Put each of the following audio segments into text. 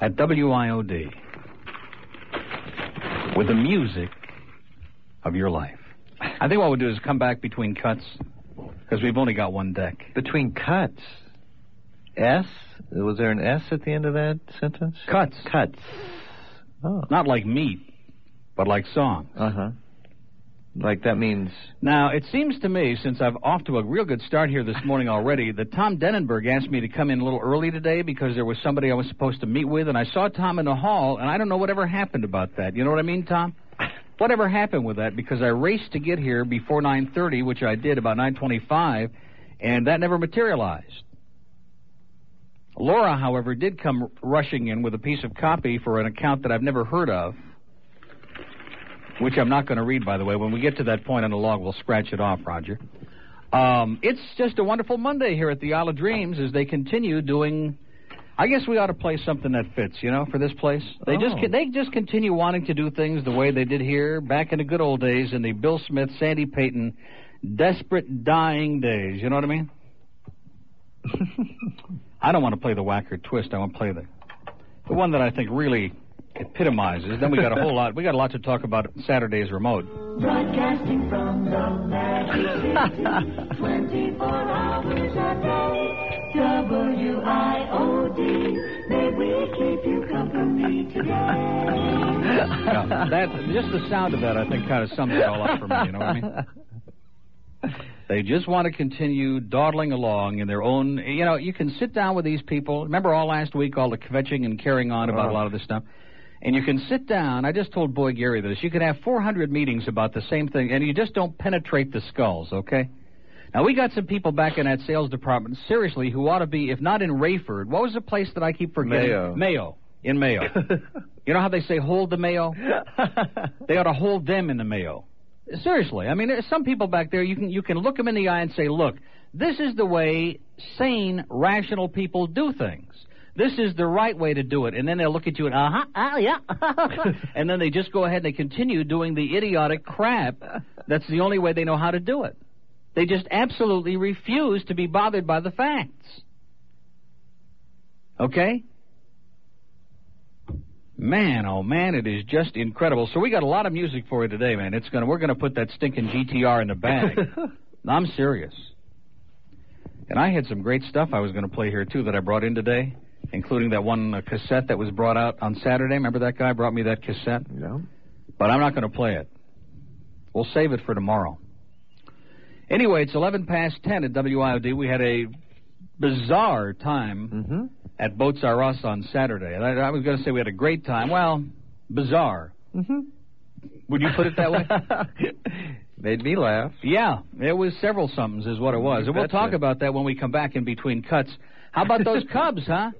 at WIOD with the music of your life. I think what we'll do is come back between cuts because we've only got one deck. Between cuts. S? Was there an S at the end of that sentence? Cuts. Cuts. Oh. Not like meat, but like song. Uh huh. Like that means. Now, it seems to me, since I've off to a real good start here this morning already, that Tom Denenberg asked me to come in a little early today because there was somebody I was supposed to meet with, and I saw Tom in the hall, and I don't know whatever happened about that. You know what I mean, Tom? Whatever happened with that? Because I raced to get here before 9:30, which I did about 9:25, and that never materialized. Laura, however, did come rushing in with a piece of copy for an account that I've never heard of which I'm not going to read, by the way. When we get to that point on the log, we'll scratch it off, Roger. Um, it's just a wonderful Monday here at the Isle of Dreams as they continue doing. I guess we ought to play something that fits, you know, for this place. They just Oh. they just continue wanting to do things the way they did here back in the good old days in the Bill Smith, Sandy Payton, desperate dying days. You know what I mean? I don't want to play the whacker twist. I want to play the the one that I think really epitomizes. Then we got a whole lot. We got a lot to talk about at Saturday's remote. Broadcasting from the magic city, 24 hours a day. WIOD, may we keep you company today. Yeah, that just the sound of that I think kind of sums it all up for me. You know what I mean? They just want to continue dawdling along in their own. You know, you can sit down with these people. Remember all last week, all the kvetching and carrying on about a lot of this stuff. And you can sit down. I just told Boy Gary this. You can have 400 meetings about the same thing, and you just don't penetrate the skulls. Okay. Now we got some people back in that sales department, seriously, who ought to be, if not in Rayford, what was the place that I keep forgetting? Mayo. Mayo. In Mayo. you know how they say hold the Mayo? They ought to hold them in the mail. Seriously, I mean, there's some people back there. You can you can look them in the eye and say, look, this is the way sane, rational people do things. This is the right way to do it. And then they'll look at you and uh huh, ah yeah, and then they just go ahead and they continue doing the idiotic crap. That's the only way they know how to do it. They just absolutely refuse to be bothered by the facts. Okay? Man, oh man, it is just incredible. So we got a lot of music for you today, man. It's gonna we're gonna put that stinking GTR in the bag. No, I'm serious. And I had some great stuff I was gonna play here too that I brought in today, including that one uh, cassette that was brought out on Saturday. Remember that guy brought me that cassette? no. but I'm not going to play it. We'll save it for tomorrow. Anyway, it's 11 past 10 at WIOD. We had a bizarre time Mm-hmm. at Boats R Us on Saturday. And I, I was going to say we had a great time. Well, bizarre. Mm-hmm. Would you put it that way? Made me laugh. yeah, it was several somethings, is what it was. And we'll Betcha. talk about that when we come back in between cuts. How about those Cubs, huh?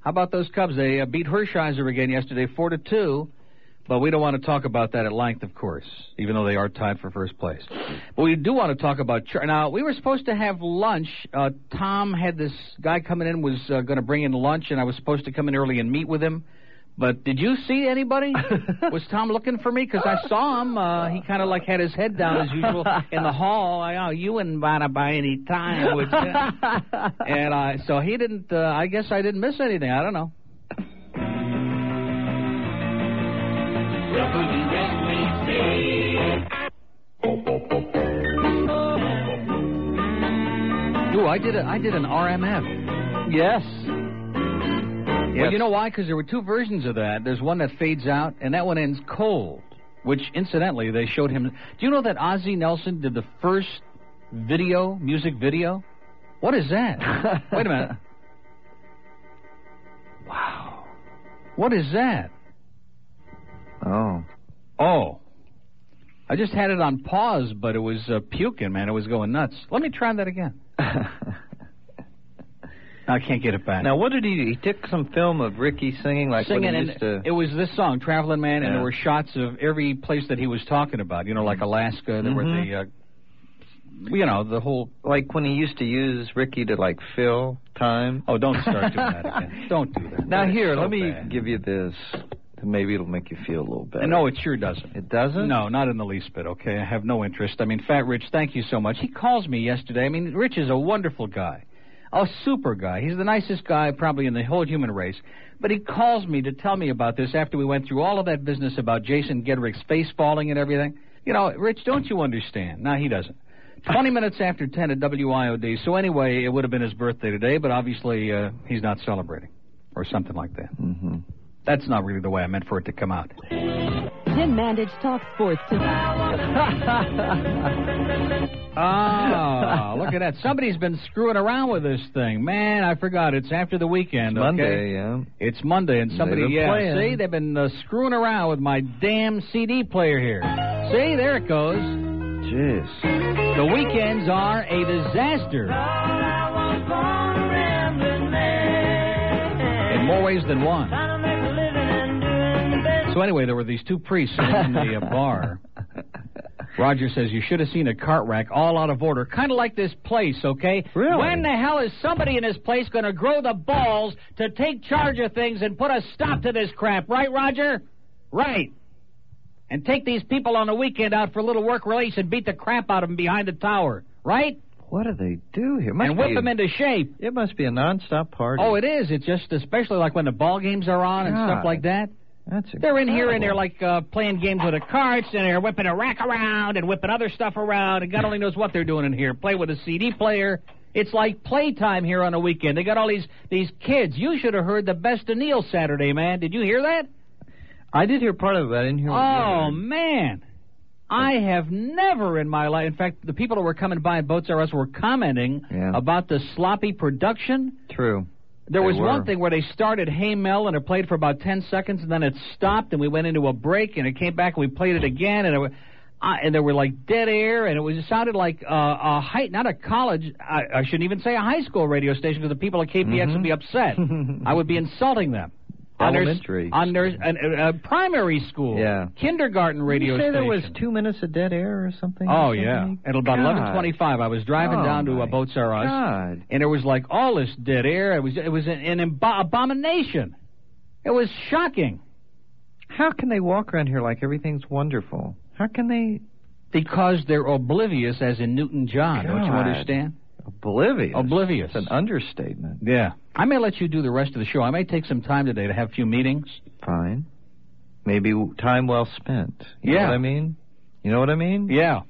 How about those Cubs? They uh, beat Hershiser again yesterday, four to two. But we don't want to talk about that at length, of course, even though they are tied for first place. But we do want to talk about Char- now. We were supposed to have lunch. Uh, Tom had this guy coming in was uh, going to bring in lunch, and I was supposed to come in early and meet with him. But did you see anybody? was Tom looking for me? Because I saw him. Uh, he kind of like had his head down as usual in the hall. I, oh, you wouldn't bother by any time, would you? and I so he didn't. Uh, I guess I didn't miss anything. I don't know. Ooh, I did a, I did an RMF. Yes. Well, Yes. you know why? Because there were two versions of that. There's one that fades out, and that one ends cold. Which, incidentally, they showed him. Do you know that Ozzy Nelson did the first video, music video? What is that? Wait a minute. Wow. What is that? Oh. Oh. I just had it on pause, but it was uh, puking, man. It was going nuts. Let me try that again. I can't get it back. now, what did he do? He took some film of Ricky singing, like singing, when he and used to. it was this song, "Traveling Man," and Yeah. Mm-hmm. there were shots of every place that he was talking about. You know, like Alaska. There were the, Mhm. uh, you know, the whole. like when he used to use Ricky to like fill time. Oh, don't start doing that again. Don't do that. Now That is here, so let me bad. give you this. Maybe it'll make you feel a little better. No, it sure doesn't. it doesn't. No, not in the least bit. Okay, I have no interest. I mean, Fat Rich, thank you so much. He calls me yesterday. I mean, Rich is a wonderful guy. a super guy. He's the nicest guy probably in the whole human race. But he calls me to tell me about this after we went through all of that business about Jason Gedrick's face falling and everything. You know, Rich, don't you understand? No, he doesn't. 20 minutes after 10 at WIOD. So anyway, it would have been his birthday today, but obviously uh, he's not celebrating or something like that. Mm-hmm. That's not really the way I meant for it to come out. Tim Mandage talks sports Ah, look at that. Somebody's been screwing around with this thing. Man, I forgot. It's after the weekend. okay? Monday, yeah. It's Monday, and somebody, been yeah, playing. see, they've been uh, screwing around with my damn CD player here. See, there it goes. Jeez. The weekends are a disaster in more ways than one. So anyway, there were these two priests in the uh, bar. Roger says you should have seen a cart rack all out of order, kind of like this place, okay? Really? When the hell is somebody in this place going to grow the balls to take charge of things and put a stop to this crap, right, Roger? Right. And take these people on the weekend out for a little work release and beat the crap out of them behind the tower, right? What do they do here? Must and whip be- them into shape. It must be a nonstop party. Oh, it is. It's just especially like when the ball games are on and stuff God. like that. that's They're in here and they're incredible. like uh, playing games with the carts and they're whipping a rack around and whipping other stuff around and God only knows what they're doing in here. Play with a CD player. It's like playtime here on a weekend. They got all these these kids. You should have heard the best of Neil Saturday, man. Did you hear that? I did hear part of it. but I didn't hear. what you Oh heard. man. I have never in my life. In fact, the people that were coming by at Boats R Us were commenting Yeah. about the sloppy production. true. There They was one were. thing where they started Hey Mel and it played for about 10 seconds and then it stopped and we went into a break and it came back and we played it again and it was, uh, and there were like dead air and it was it sounded like uh, a high not a college I, I shouldn't even say a high school radio station because the people at KPX would be upset. I would be insulting them. On their- Mm-hmm. Elementary on their an, uh, primary school, Yeah. kindergarten radio you say station. there was two minutes of dead air or something? Oh or something? yeah, at about God. 11:25, I was driving Oh, down to my uh, Boats R Us God. and there was like all this dead air. It was it was an, an imbo- abomination. It was shocking How can they walk around here like everything's wonderful? How can they because they're oblivious, as in Newton John. Don't you God. understand? oblivious? Oblivious. It's an understatement. yeah. I may let you do the rest of the show. I may take some time today to have a few meetings. Fine. Maybe w- time well spent. You Yeah. know what I mean? You know what I mean? Yeah.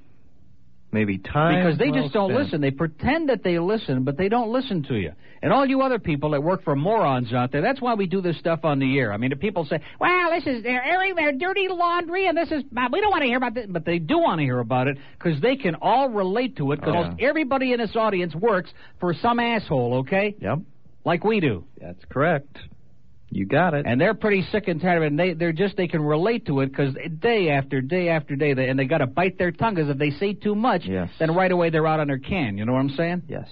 Maybe time Because they well just don't spent. listen. They pretend that they listen, but they don't listen to you. And all you other people that work for morons out there, that's why we do this stuff on the air. I mean, if people say, well, this is, they're airing their dirty laundry and this is, we don't want to hear about this, but they do want to hear about it because they can all relate to it because Oh, yeah. almost everybody in this audience works for some asshole, okay? Yep. Like we do. That's correct. You got it. And they're pretty sick and tired of it. And they, they're just, they can relate to it because day after day after day, they, and they got to bite their tongue because if they say too much, Yes. then right away they're out on their can. You know what I'm saying? yes.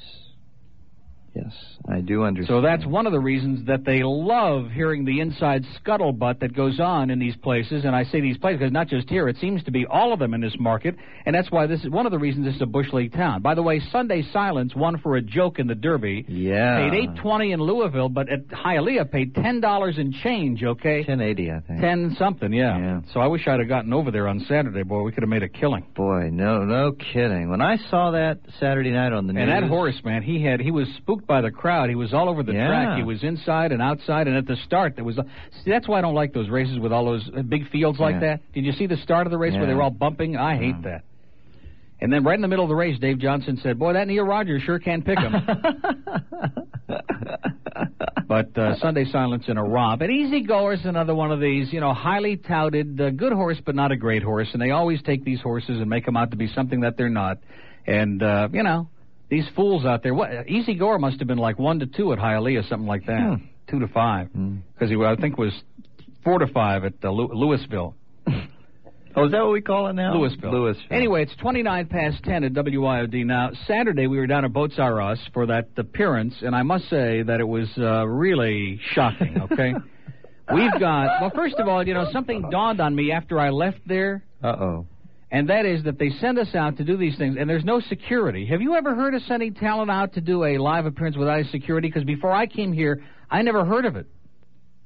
Yes, I do understand. So that's one of the reasons that they love hearing the inside scuttlebutt that goes on in these places. And I say these places because not just here, it seems to be all of them in this market. And that's why this is one of the reasons this is a bush league town. By the way, Sunday Silence won for a joke in the Derby. Yeah. Paid eight twenty in Louisville, but at Hialeah paid ten dollars in change. Okay, 1080, I think. ten something. Yeah. Yeah. So I wish I'd have gotten over there on Saturday, boy. We could have made a killing. Boy, no, no kidding. When I saw that Saturday night on the news, And that horse, man, he had he was spooked by the crowd. He was all over the Yeah. track. He was inside and outside, and at the start there was. See, that's why I don't like those races with all those uh, big fields like Yeah. that. Did you see the start of the race where they Yeah. were all bumping? I hate that. And then right in the middle of the race, Dave Johnson said, "Boy, that Neil Rogers sure can pick him." but uh, Sunday Silence in a romp. And Easy Goer's another one of these, you know, highly touted, uh, good horse, but not a great horse. And they always take these horses and make them out to be something that they're not. And uh, you know, these fools out there. What Easy Goer must have been like one to two at Hialeah, something like that, Hmm. two to five, because he I think was four to five at uh, Lew- Louisville. Oh, is that what we call it now? Louisville. Louisville. Anyway, it's 29 past 10 at WIOD now. Saturday, we were down at Boats R Us for that appearance, and I must say that it was uh, really shocking, okay? We've got, well, first of all, you know, something dawned on me after I left there, Uh oh. and that is that they send us out to do these things, and there's no security. Have you ever heard of sending talent out to do a live appearance without any security? Because before I came here, I never heard of it.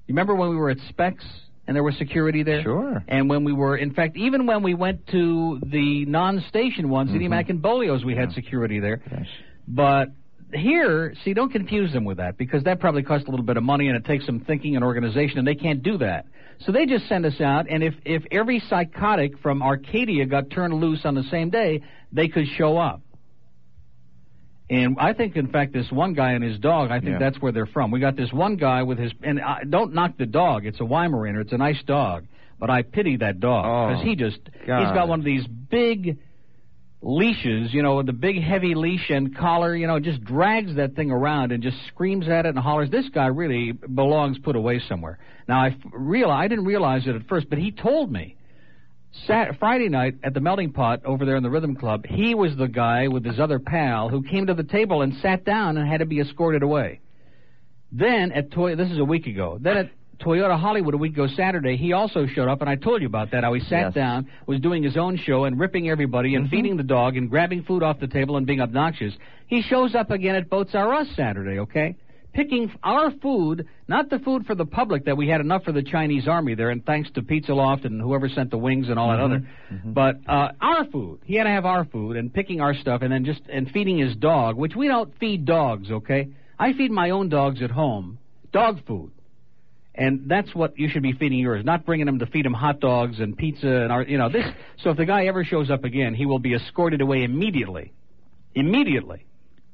You remember when we were at Specs and there was security there? Sure. And when we were, in fact, even when we went to the non-station one, City Mac and Bolio's, we had security there. But here, see, don't confuse them with that because that probably costs a little bit of money and it takes some thinking and organization, and they can't do that. So they just send us out, and if, if every psychotic from Arcadia got turned loose on the same day, they could show up. And I think, in fact, this one guy and his dog, I think Yeah. that's where they're from. We got this one guy with his, and I, don't knock the dog. It's a Weimaraner. It's a nice dog. But I pity that dog Oh, because he just, he's God. got one of these big leashes, you know, with the big heavy leash and collar, you know, just drags that thing around and just screams at it and hollers. This guy really belongs put away somewhere. Now, I, f- real, I didn't realize it at first, but he told me. Sat- Friday night at the Melting Pot over there in the Rhythm Club, he was the guy with his other pal who came to the table and sat down and had to be escorted away. Then at Toy, this is a week ago. Then at Toyota Hollywood a week ago Saturday, he also showed up, and I told you about that. How he sat Yes. down, was doing his own show and ripping everybody and feeding the dog and grabbing food off the table and being obnoxious. He shows up again at Boats R Us Saturday. Okay. Picking f- our food, not the food for the public that we had enough for the Chinese army there, and thanks to Pizza Loft and whoever sent the wings and all that other. But uh, our food, he had to have our food and picking our stuff, and then just and feeding his dog, which we don't feed dogs. Okay, I feed my own dogs at home dog food. And that's what you should be feeding yours, not bringing them to feed them hot dogs and pizza and our, you know this. So if the guy ever shows up again, he will be escorted away immediately, immediately. It-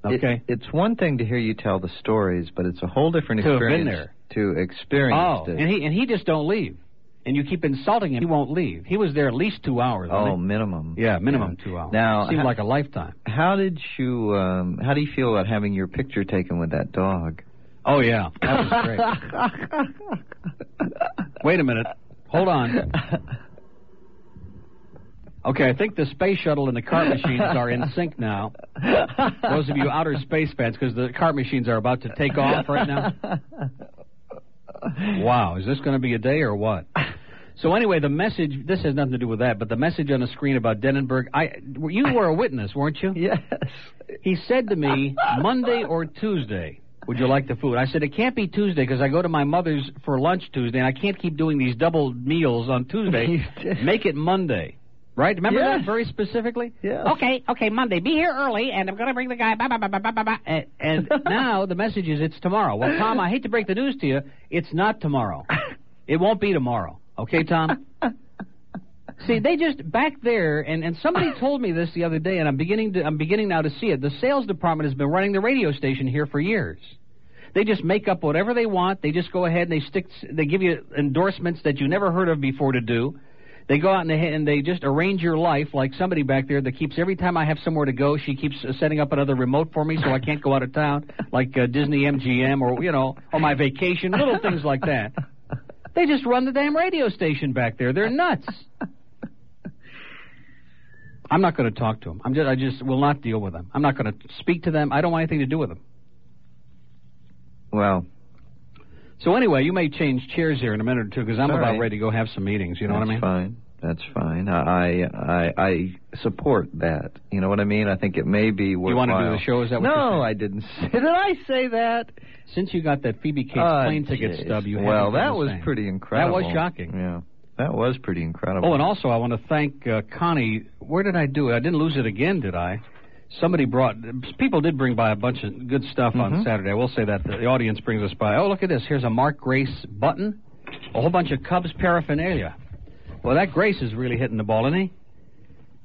Okay. it's one thing to hear you tell the stories, but it's a whole different To have been experience to experience oh, this. and he and he just don't leave, and you keep insulting him, he won't leave. He was there at least two hours. wasn't oh, minimum. he? yeah, minimum two hours. Now, seemed how- like a lifetime. How did you? Um, how do you feel about having your picture taken with that dog? Oh yeah, that was great. Wait a minute, hold on. Okay, I think the space shuttle and the cart machines are in sync now. Those of you outer space fans, because the cart machines are about to take off right now. Wow, is this going to be a day or what? So anyway, the message. This has nothing to do with that, but the message on the screen about Denenberg. I, you were a witness, weren't you? Yes. He said to me Monday or Tuesday. Would you like the food? I said it can't be Tuesday because I go to my mother's for lunch Tuesday, and I can't keep doing these double meals on Tuesday. You did. Make it Monday, right? Remember that Yes. very specifically. Yes. Okay, okay, Monday. Be here early, and I'm going to bring the guy. Blah, blah, blah, blah, blah, blah, blah. And, and now the message is it's tomorrow. Well, Tom, I hate to break the news to you. It's not tomorrow. It won't be tomorrow. Okay, Tom? See, they just back there, and, and somebody told me this the other day, and I'm beginning to I'm beginning now to see it. The sales department has been running the radio station here for years. They just make up whatever they want. They just go ahead and they stick. They give you endorsements that you never heard of before to do. They go out and they, and they just arrange your life like somebody back there that keeps every time I have somewhere to go, she keeps uh, setting up another remote for me so I can't go out of town, like uh, Disney MGM or you know, or my vacation, little things like that. They just run the damn radio station back there. They're nuts. I'm not going to talk to them. I'm just, I just will not deal with them. I'm not going to speak to them. I don't want anything to do with them. Well, So anyway, you may change chairs here in a minute or two because I'm All about right. ready to go have some meetings. You know that's what I mean? fine. That's fine. I, I I support that. You know what I mean? I think it may be worthwhile. You want to do the show? Is that what you're no, saying? I didn't. Say, did I say that? Since you got that Phoebe Cates Oh, plane ticket jeez. stub, you had well, it that all the was same. pretty incredible. That was shocking. Yeah, that was pretty incredible. Oh, and also I want to thank uh, Connie. Where did I do it? I didn't lose it again, did I? Somebody brought. People did bring by a bunch of good stuff on Saturday. I will say that the audience brings us by. Oh, look at this. Here's a Mark Grace button, a whole bunch of Cubs paraphernalia. Well, that Grace is really hitting the ball, isn't he?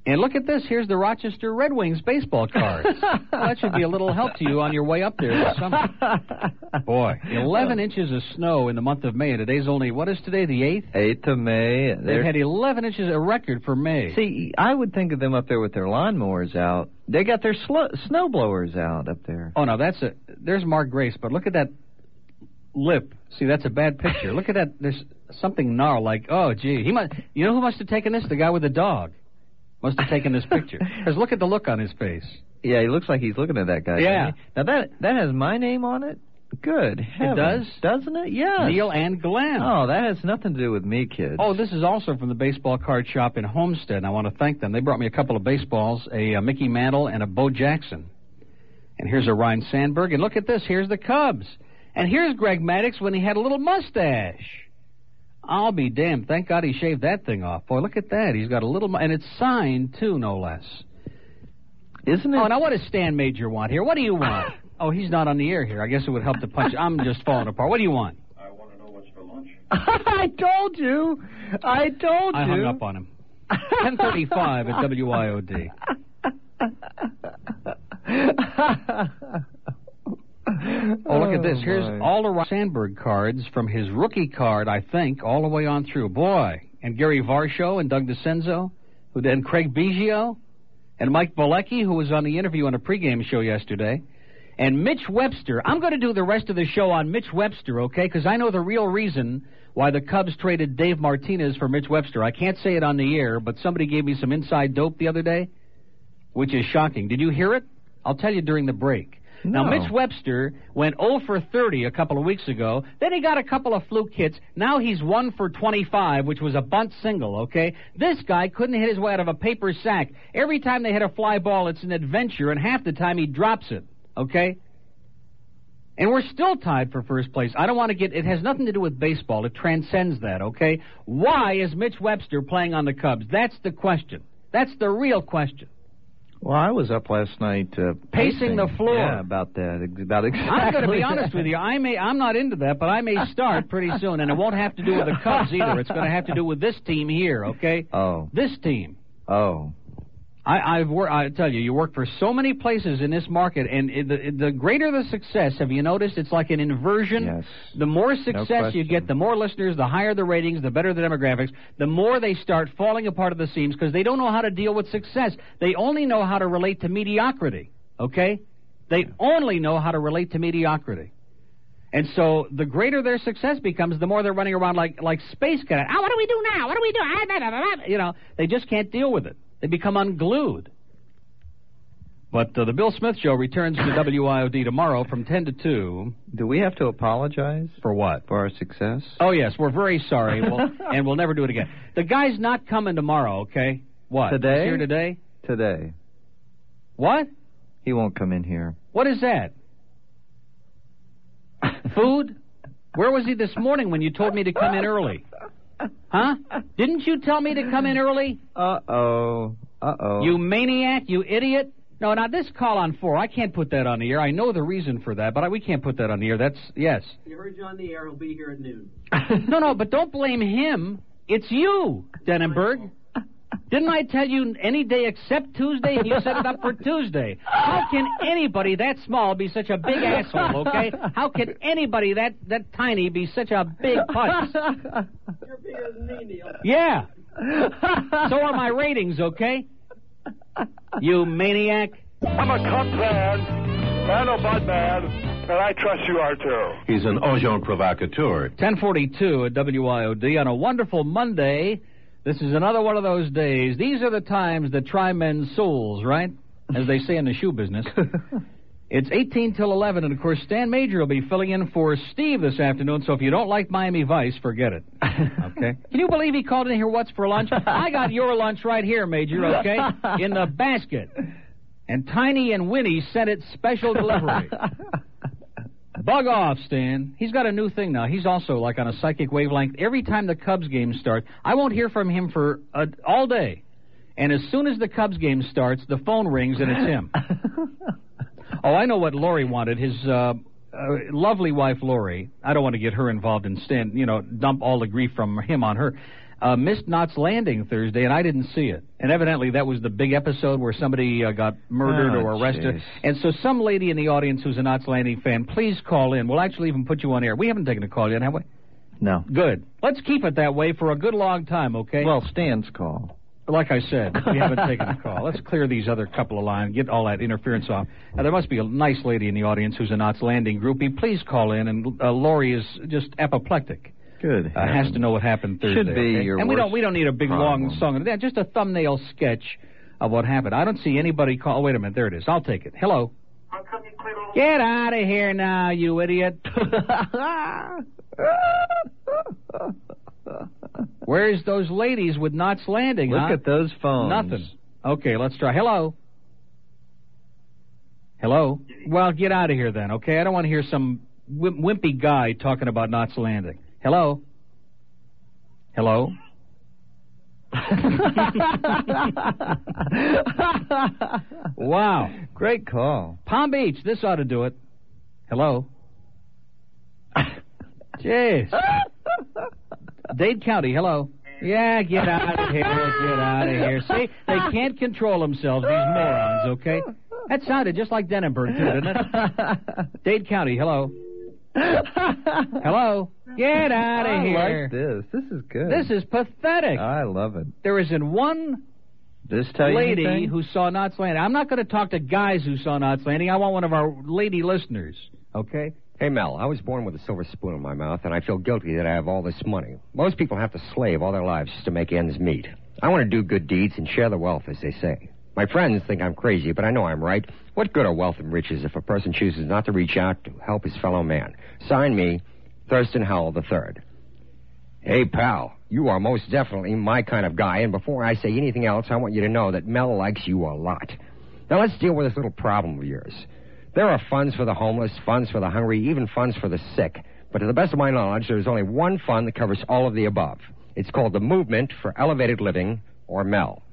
And look at this. Here's the Rochester Red Wings baseball cards. Well, that should be a little help to you on your way up there this summer. Boy, 11 inches of snow in the month of May. and Today's only, what is today, the 8th? Eighth of May. They've There- Oh. had 11 inches, a record for May. See, I would think of them up there with their lawnmowers out. They got their sl- snow blowers out up there. Oh no, that's a there's Mark Grace, but look at that lip. See, that's a bad picture. look at that. There's something gnarled. Like, oh gee, he must. You know who must have taken this? The guy with the dog must have taken this picture. Because look at the look on his face. Yeah, he looks like he's looking at that guy. Yeah. doesn't he? Now that that has my name on it. Good. heavens. does? doesn't it? Yeah. Neil and Glenn. Oh, that has nothing to do with me, kid. Oh, this is also from the baseball card shop in Homestead. And I want to thank them. They brought me a couple of baseballs, a, uh Mickey Mantle and a Bo Jackson. And here's a Ryan Sandberg. And look at this. Here's the Cubs. And here's Greg Maddox when he had a little mustache. I'll be damned. Thank God he shaved that thing off. Boy, look at that. He's got a little, mu- and it's signed too, no less. isn't it? Oh, now what does Stan Major want here? What do you want? Oh, he's not on the air here. I guess it would help to punch. I'm just falling apart. What do you want? I want to know what's for lunch. I told you. I told I you. hung up on him. 1035 at WIOD. Oh, look at this. Here's all the Sandberg cards from his rookie card, I think, all the way on through. Boy. And Gary Varsho and Doug DeCenzo, who then Craig Biggio, and Mike Bolecki, who was on the interview on a pregame show yesterday, and Mitch Webster. I'm going to do the rest of the show on Mitch Webster, okay? Because I know the real reason why the Cubs traded Dave Martinez for Mitch Webster. I can't say it on the air, but somebody gave me some inside dope the other day, which is shocking. Did you hear it? I'll tell you during the break. Now, No. Mitch Webster went 0 for 30 a couple of weeks ago. Then he got a couple of fluke hits. Now he's 1 for 25, which was a bunt single, okay? This guy couldn't hit his way out of a paper sack. Every time they hit a fly ball, it's an adventure, and half the time he drops it, okay? And we're still tied for first place. I don't want to get it has nothing to do with baseball. It transcends that, okay? Why is Mitch Webster playing on the Cubs? That's the question. That's the real question. Well, I was up last night uh, Pacing the floor. Yeah, about that. ex- About exactly. I'm going to be that. honest with you. I may I'm not into that, but I may start pretty soon, and it won't have to do with the Cubs either. It's going to have to do with this team here, okay? Oh, This team. oh, I, I've wor- I tell you, you work for so many places in this market, and it, the, the greater the success, have you noticed? It's like an inversion. yes. The more success you question. get, the more listeners, the higher the ratings, the better the demographics, the more they start falling apart at the seams because they don't know how to deal with success. They only know how to relate to mediocrity, okay? They only know how to relate to mediocrity. And so the greater their success becomes, the more they're running around like, like space cadet. Ah, what do we do now? What do we do? Ah, blah, blah, blah, blah. You know, they just can't deal with it. They become unglued. But uh, the Bill Smith Show returns to WIOD tomorrow from 10 to 2. Do we have to apologize For what? for our success? Oh yes, we're very sorry, we'll, and we'll never do it again. The guy's not coming tomorrow, okay? What? Today? He's here today? Today, What? he won't come in here. What is that? Food? Where was he this morning when you told me to come in early? Huh? Didn't you tell me to come in early? Uh oh. Uh oh. You maniac, you idiot. No, now this call on four, I can't put that on the air. I know the reason for that, but I, we can't put that on the air. That's, yes. You heard you on the air. He'll be here at noon. No, no, but don't blame him. It's you, Denenberg. Didn't I tell you any day except Tuesday? You set it up for Tuesday. How can anybody that small be such a big asshole, okay? How can anybody that, that tiny be such a big putz? You're bigger than me, Neil. Yeah. So are my ratings, okay? You maniac. I'm a Cub fan and a Bud man, and I trust you are too. He's an agent provocateur. 1042 at WIOD on a wonderful Monday. This is another one of those days. These are the times that try men's souls, right? As they say in the shoe business. it's 18 till 11, and of course, Stan Major will be filling in for Steve this afternoon, so if you don't like Miami Vice, forget it. Okay? Can you believe he called in here, what's for lunch? I got your lunch right here, Major, okay? In the basket. And Tiny and Winnie sent it special delivery. Bug off, Stan. He's got a new thing now. He's also like on a psychic wavelength. Every time the Cubs games start, I won't hear from him for uh, all day. And as soon as the Cubs game starts, the phone rings and it's him. oh, I know what Lori wanted. His uh, uh, lovely wife, Lori. I don't want to get her involved and stand, you know, dump all the grief from him on her. Uh, missed Knott's Landing Thursday, and I didn't see it. And evidently, that was the big episode where somebody uh, got murdered Oh, or arrested. jeez. And so, some lady in the audience who's a Knott's Landing fan, please call in. We'll actually even put you on air. We haven't taken a call yet, have we? no. Good. Let's keep it that way for a good long time, okay? Well, Stan's call. like I said, we haven't taken a call. Let's clear these other couple of lines, get all that interference off. Now, there must be a nice lady in the audience who's a Knott's Landing groupie. Please call in, and uh, Lori is just apoplectic. Good. Uh, has to know what happened Thursday. Should be okay? your and we don't worst we don't need a big long problem. song. Yeah, Just a thumbnail sketch of what happened. I don't see anybody call. Oh, wait a minute, there it is. I'll take it. Hello. Get out of here now, you idiot. Where's those ladies with Knots Landing? Look huh? at those phones. Nothing. Okay, let's try. Hello. Hello. Well, get out of here then. Okay, I don't want to hear some wim- wimpy guy talking about Knots Landing. Hello. Hello. wow. Great call. Palm Beach. This ought to do it. Hello? Jeez. Dade County, hello. Yeah, get out of here, get out of here. See, they can't control themselves, these morons, okay? That sounded just like Denenberg, too, didn't it? Dade County, hello. Hello? Get out of I here. like this. This is good. This is pathetic. I love it. there isn't one This tell you lady anything? who saw Knots Landing. I'm not going to talk to guys who saw Knots Landing. I want one of our lady listeners. Okay. hmm, Hey, Mel, I was born with a silver spoon in my mouth, and I feel guilty that I have all this money. Most people have to slave all their lives just to make ends meet. I want to do good deeds and share the wealth, as they say. My friends think I'm crazy, but I know I'm right. What good are wealth and riches if a person chooses not to reach out to help his fellow man? Sign me, Thurston Howell III. Hey, pal, you are most definitely my kind of guy, and before I say anything else, I want you to know that Mel likes you a lot. Now let's deal with this little problem of yours. There are funds for the homeless, funds for the hungry, even funds for the sick. But to the best of my knowledge, there is only one fund that covers all of the above. It's called the Movement for Elevated Living, or MEL.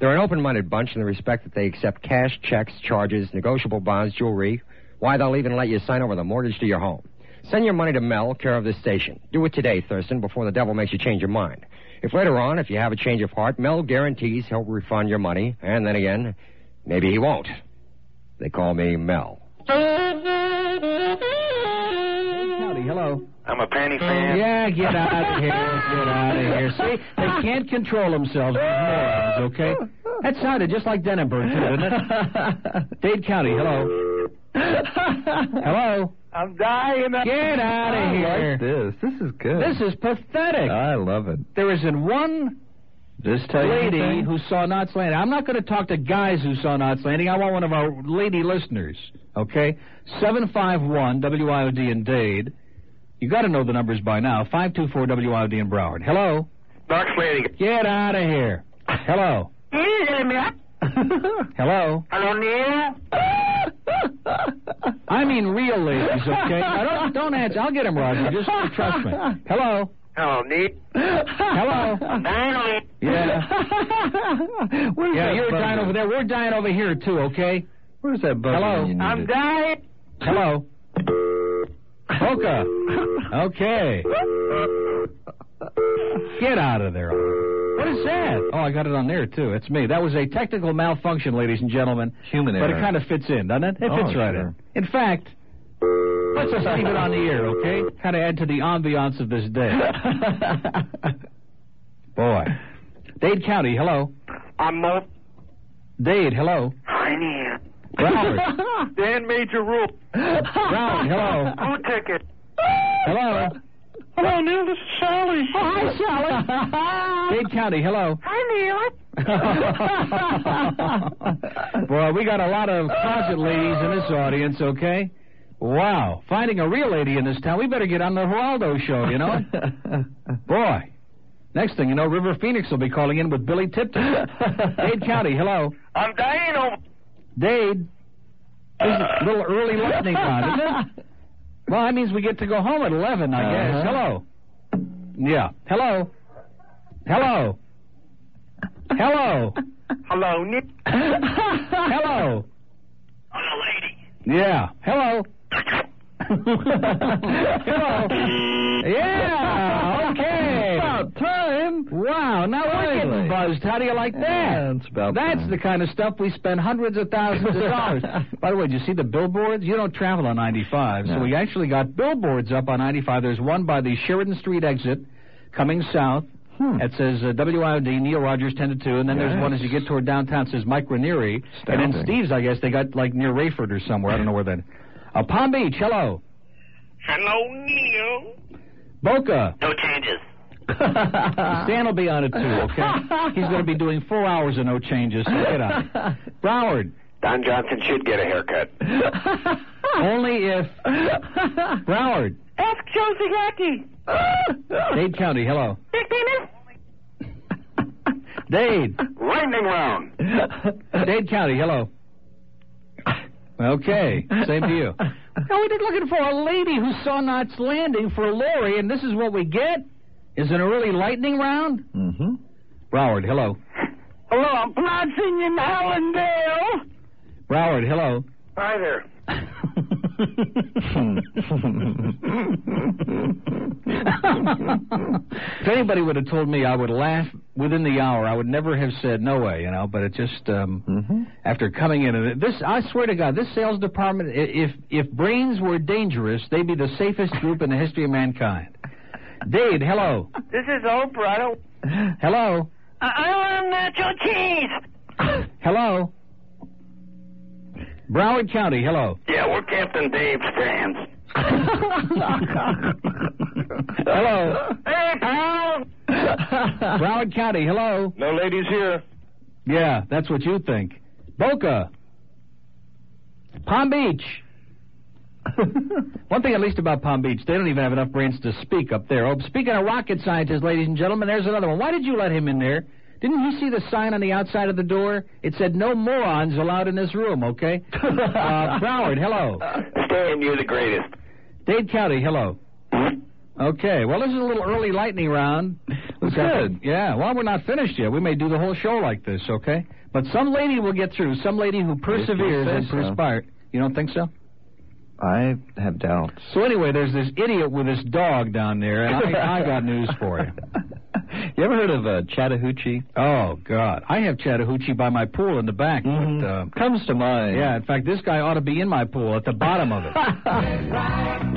They're an open minded bunch in the respect that they accept cash, checks, charges, negotiable bonds, jewelry. Why, they'll even let you sign over the mortgage to your home. Send your money to Mel, care of this station. Do it today, Thurston, before the devil makes you change your mind. If later on, if you have a change of heart, Mel guarantees he'll refund your money, and then again, maybe he won't. They call me E Mel. Howdy, hello. I'm a panty fan. Yeah, get out of here. Get out of here. See, they can't control themselves, these morons, okay? That sounded just like Denenberg, too, didn't it? Dade County, hello. hello. I'm dying. Get out of I like here. this. This is good. This is pathetic. I love it. There isn't one This tell you lady anything? who saw Knots Landing. I'm not going to talk to guys who saw Knots Landing. I want one of our lady listeners, okay? 751 WIOD in Dade. You got to know the numbers by now. 524 WIOD in Broward. Hello? Knox Landing. Get out of here. Hello? Hello? Hello, Neil. I mean real ladies, okay? I don't, don't answer. I'll get him, Roger. Just trust me. Hello? Hello, Neil. Hello? Finally. Yeah. Where's Yeah, that you're buzzer? dying over there. We're dying over here, too, okay? Where's that buzzer? Hello? when you need I'm it? dying. Hello? Polka. Okay. Get out of there. What is that? Oh, I got it on there, too. It's me. That was a technical malfunction, ladies and gentlemen. Human But error. it kind of fits in, doesn't it? It Oh, fits right sure. in. In fact, let's just leave it on the air, okay? Kind of add to the ambiance of this day. Boy. Dade County, hello. I'm Mo. Dade, hello. Hi, Neil. Broward. Dan Major Rule. Broward, hello. Who took it? Hello. Oh, Hello, Neil. This is Sally. Dade County, hello. Hi, Boy, we got a lot of closet ladies in this audience, okay? Wow. Finding a real lady in this town, we better get on the Geraldo show, you know? Boy. Next thing you know, River Phoenix will be calling in with Billy Tipton. Dade County, hello. I'm dying Uh. over. Dade. This is a little early lightning round, isn't it? Well, that means we get to go home at 11, I guess. Uh-huh. Hello. Yeah. Hello. Hello. Hello. Hello, Neil. Hello. I'm a lady. Yeah. Hello. Hello. Yeah. Okay. About time. Wow. Now we're Finally. getting buzzed. How do you like Yeah, that? it's about That's time. the kind of stuff we spend hundreds of thousands of dollars. By the way, did you see the billboards? You don't travel on 95, so No. we actually got billboards up on 95. There's one by the Sheridan Street exit coming south. Hmm. It says uh, WIOD, Neil Rogers 10 to 2, and then there's one as you get toward downtown, it says Mike Ranieri. And then Astounding. Steve's, I guess, they got like near Rayford or somewhere. I don't know where that is. Uh, Palm Beach, hello. Hello, Neil. Boca. No changes. Ah. Stan will be on it too, okay? He's going to be doing four hours of no changes, so get on it. Broward, Don Johnson should get a haircut. only if. Broward, F. Josie Lackey. Dade County, hello. Big penis. Dade. Lightning round. Dade County, hello. Okay, same to you. No, we did looking for a lady who saw Knots Landing for Lori, and this is what we get? Is it a really lightning round? hmm Broward, hello. Hello, I'm pronouncing in Allendale. Broward, hello. Hi there. if anybody would have told me I would laugh within the hour, I would never have said no way, you know. But it just um, after coming in and it- this, I swear to God, this sales department, i- if if brains were dangerous, they'd be the safest group in the history of mankind. Dade, hello, This is Oprah. I don't. hello, I, I want nacho cheese. hello. Broward County, hello. Yeah, we're Captain Dave Stans. Hello. Hey, pal. Broward County, hello. No ladies here. Yeah, that's what you think. Boca. Palm Beach. One thing at least about Palm Beach, they don't even have enough brains to speak up there. Oh, speaking of rocket scientists, ladies and gentlemen, there's another one. Why did you let him in there? Didn't he see the sign on the outside of the door? It said no morons allowed in this room, okay? uh, Broward, hello. Stan, you're the greatest. Dade County, hello. Okay, well, this is a little early lightning round. That's good. Yeah, well, we're not finished yet. We may do the whole show like this, okay? But some lady will get through, some lady who perseveres say and so. perspires. You don't think so? I have doubts. So, anyway, there's this idiot with this dog down there, and I, I got news for you. You ever heard of uh, Chattahoochee? Oh, God. I have Chattahoochee by my pool in the back. But, uh, Mm-hmm. Comes to mind. yeah, in fact, this guy ought to be in my pool at the bottom of it.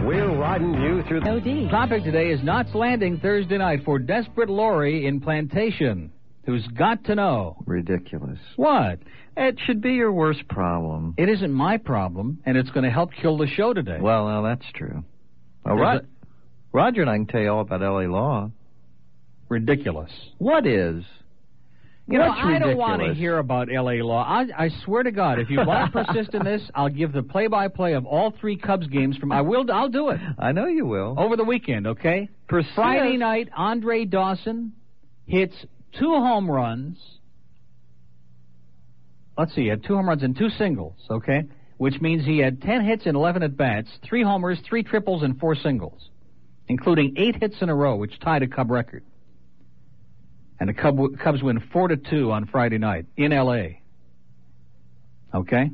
We're riding you through the. OD. Topic today is Knots Landing Thursday night for Desperate Lori in Plantation, who's got to know. Ridiculous. What? It should be your worst problem. It isn't my problem, and it's going to help kill the show today. Well, now that's true. All There's right. a- Roger and I can tell you all about LA law. Ridiculous. What is? You know, Well, I don't want to ridiculous. hear about L.A. law. I, I swear to God, if you want to persist in this, I'll give the play-by-play of all three Cubs games from. I will. I'll do it I know you will. over the weekend. Okay. Persist. Friday night, Andre Dawson hits two home runs. Let's see, he had two home runs and two singles, okay? Which means he had 10 hits and 11 at bats, three homers, three triples, and four singles, including eight hits in a row, which tied a Cub record. And the Cub, Cubs win 4 to 2 on Friday night in L.A. Okay?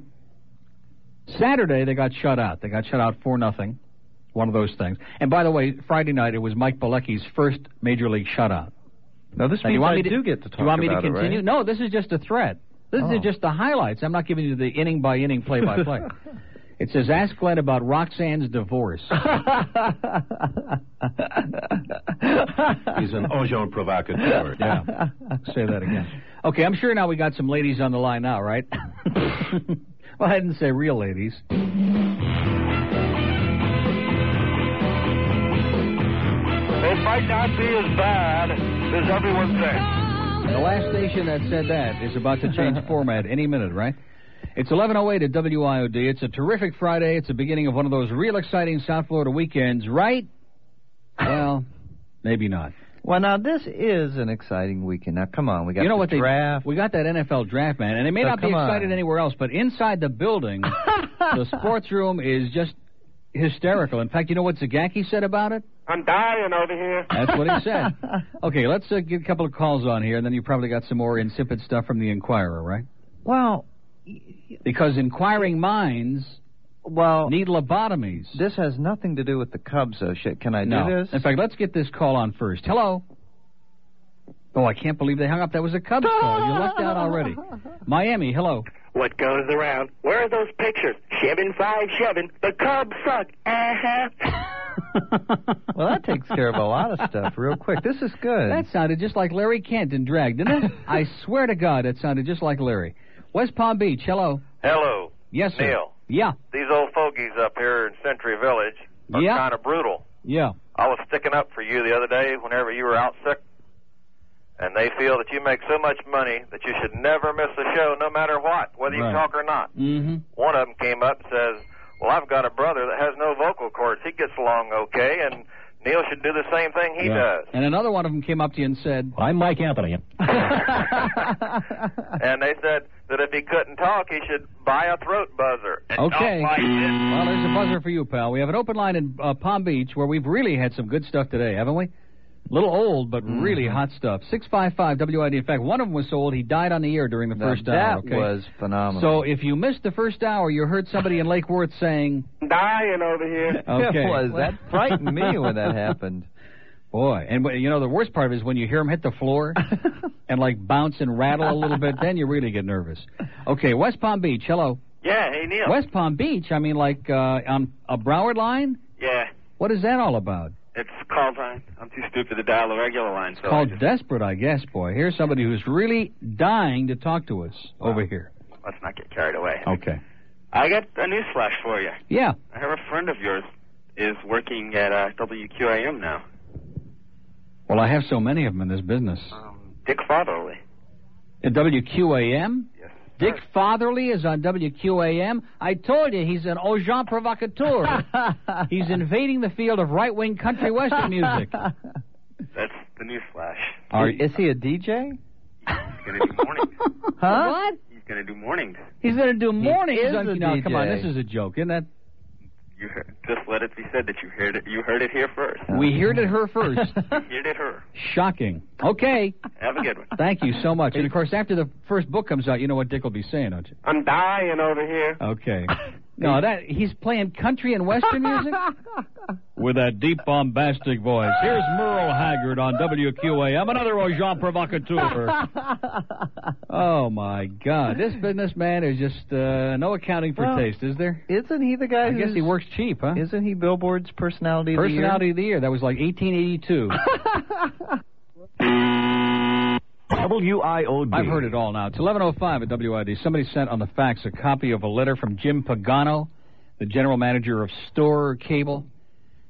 Saturday, they got shut out. They got shut out 4 nothing one of those things. And by the way, Friday night it was Mike Bilecki's first major league shutout. Now this Now, means you want I me to, do get to talk You want me to about it, right? continue? No, this is just a thread. This Oh. is just the highlights. I'm not giving you the inning by inning, play by play. It says, "Ask Glenn about Roxanne's divorce." He's an agent provocateur. yeah, say that again. Okay, I'm sure now we got some ladies on the line now, right? well, I didn't say real ladies. It might not be as bad as everyone thinks. The last station that said that is about to change format any minute, right? It's 11:08 at WIOD. It's a terrific Friday. It's the beginning of one of those real exciting South Florida weekends, right? Well, maybe not. Well, now this is an exciting weekend. Now, come on, we got you know the what they draft. we got that NFL draft, man, and they may So not be Oh, come on. excited anywhere else, but inside the building, the sports room is just hysterical. In fact, you know what Zagacki said about it? I'm dying over here. That's what he said. Okay, let's uh, get a couple of calls on here, and then you probably got some more insipid stuff from the Inquirer, right? Well, Because inquiring minds well, need lobotomies. this has nothing to do with the Cubs, though. Shit, can I do no. this? In fact, let's get this call on first. Hello. Oh, I can't believe they hung up. That was a Cubs call. Oh, You lucked out already. Miami, hello. What goes around? Where are those pictures? Shevin five Shevin. The Cubs suck. Uh huh. well, that takes care of a lot of stuff real quick. This is good. That sounded just like Larry Kent in drag, didn't it? I swear to God, it sounded just like Larry. West Palm Beach, hello. Hello, Yes, sir. Neil. Yeah, These old fogies up here in Century Village are Yeah. kind of brutal. yeah. I was sticking up for you the other day whenever you were out sick, and they feel that you make so much money that you should never miss a show, no matter what, whether Right. you talk or not. Mm-hmm. One of them came up and says, "Well, I've got a brother that has no vocal cords. He gets along okay, and Neil should do the same thing he does." And another one of them came up to you and said, I'm Mike Anthony. And they said that if he couldn't talk, he should buy a throat buzzer. And talk Okay. like this. Well, there's a buzzer for you, pal. We have an open line in uh, Palm Beach where we've really had some good stuff today, haven't we? Little old, but Mm-hmm. really hot stuff. 655 WID. In fact, one of them was so old he died on the air during the Now, first that hour. Okay? was phenomenal. So if you missed the first hour, you heard somebody in Lake Worth saying, Dying over here. Okay. It was. That frightened me when that happened. Boy, and wh- you know the worst part of it is when you hear them hit the floor and like bounce and rattle a little bit, then you really get nervous. Okay, West Palm Beach, hello. Yeah, hey Neil. West Palm Beach, I mean like uh, on a Broward line? Yeah, What is that all about? it's called line. I'm too stupid to dial the regular line. So I Called just- desperate, I guess, boy. Here's somebody who's really dying to talk to us over here. let's not get carried away. Okay. I got a news flash for you. Yeah. I have a friend of yours is working at uh, WQAM now. Well, I have so many of them in this business. Dick Fatherly. At WQAM? Yes. Dick Fatherly is on WQAM. I told you he's an agent provocateur. he's invading the field of right wing country western music. That's the news flash. Are- is he a DJ? He's gonna do mornings. Huh? What? He's gonna do mornings. He's going to do mornings is on a now, Come on, DJ. this is a joke, isn't that? You heard, just let it be said that you heard it. You heard it here first. We heard it her first. You did her. Shocking. Okay. Have a good one. Thank you so much. And of course, after the first book comes out, you know what Dick will be saying, don't you? I'm dying over here. Okay. No, that he's playing country and western music with that deep bombastic voice. Here's Merle Haggard on WQAM, another agent provocateur. oh my God, this businessman is just uh, no accounting for Well, taste, is there? Isn't he the guy I guess he works cheap, huh? Isn't he Billboard's personality Personality of the year. That was like 1882. WIOD. I've heard it all now. It's 11:05 at WID. Somebody sent on the fax a copy of a letter from Jim Pagano, the general manager of Store Cable,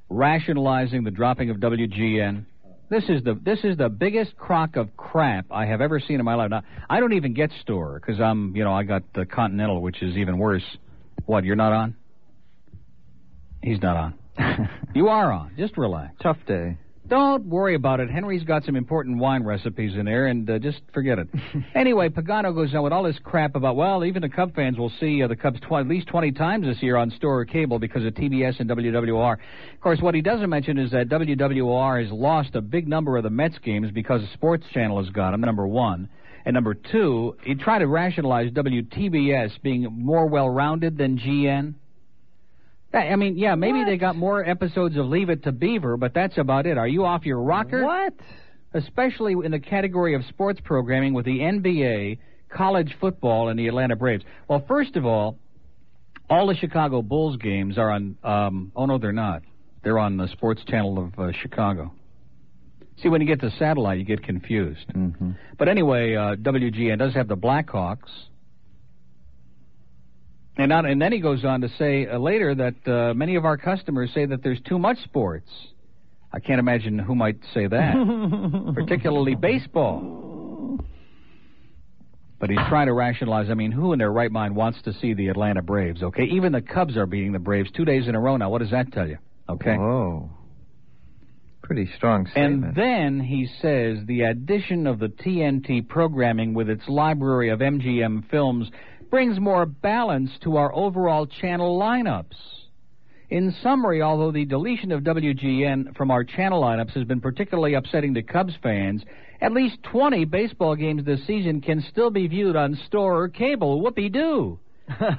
rationalizing the dropping of WGN. This is the this is the biggest crock of crap I have ever seen in my life. Now I don't even get Store because I'm you know I got the Continental, which is even worse. What you're not on? He's not on. the year? You are on. Just relax. Tough day. Don't worry about it. Henry's got some important wine recipes in there, and uh, just forget it. anyway, Pagano goes on with all this crap about, well, even the Cub fans will see uh, the Cubs tw- at least 20 times this year on store or cable because of TBS and WWR. Of course, what he doesn't mention is that WWR has lost a big number of the Mets games because the Sports Channel has got them, number one. And number two, he tried to rationalize WTBS being more well rounded than GN. That- I mean, yeah, maybe they got more episodes of Leave It to Beaver, but that's about it. Are you off your rocker? What? Especially in the category of sports programming with the NBA, college football, and the Atlanta Braves. Well, first of all, all the Chicago Bulls games are on. Um, oh no, they're not. They're on the Sports Channel of uh, Chicago. See, when you get to satellite, you get confused. Mm-hmm. But anyway, uh, WGN does have the Blackhawks. And, not, and then he goes on to say uh, later that uh, many of our customers say that there's too much sports. I can't imagine who might say that, particularly baseball. But he's trying to rationalize. I mean, who in their right mind wants to see the Atlanta Braves? Okay, even the Cubs are beating the Braves two days in a row now. What does that tell you? Okay. Oh. Pretty strong statement. And then he says the addition of the TNT programming with its library of MGM films brings more balance to our overall channel lineups. In summary, although the deletion of WGN from our channel lineups has been particularly upsetting to Cubs fans, at least 20 baseball games this season can still be viewed on store or cable. Whoopee doo!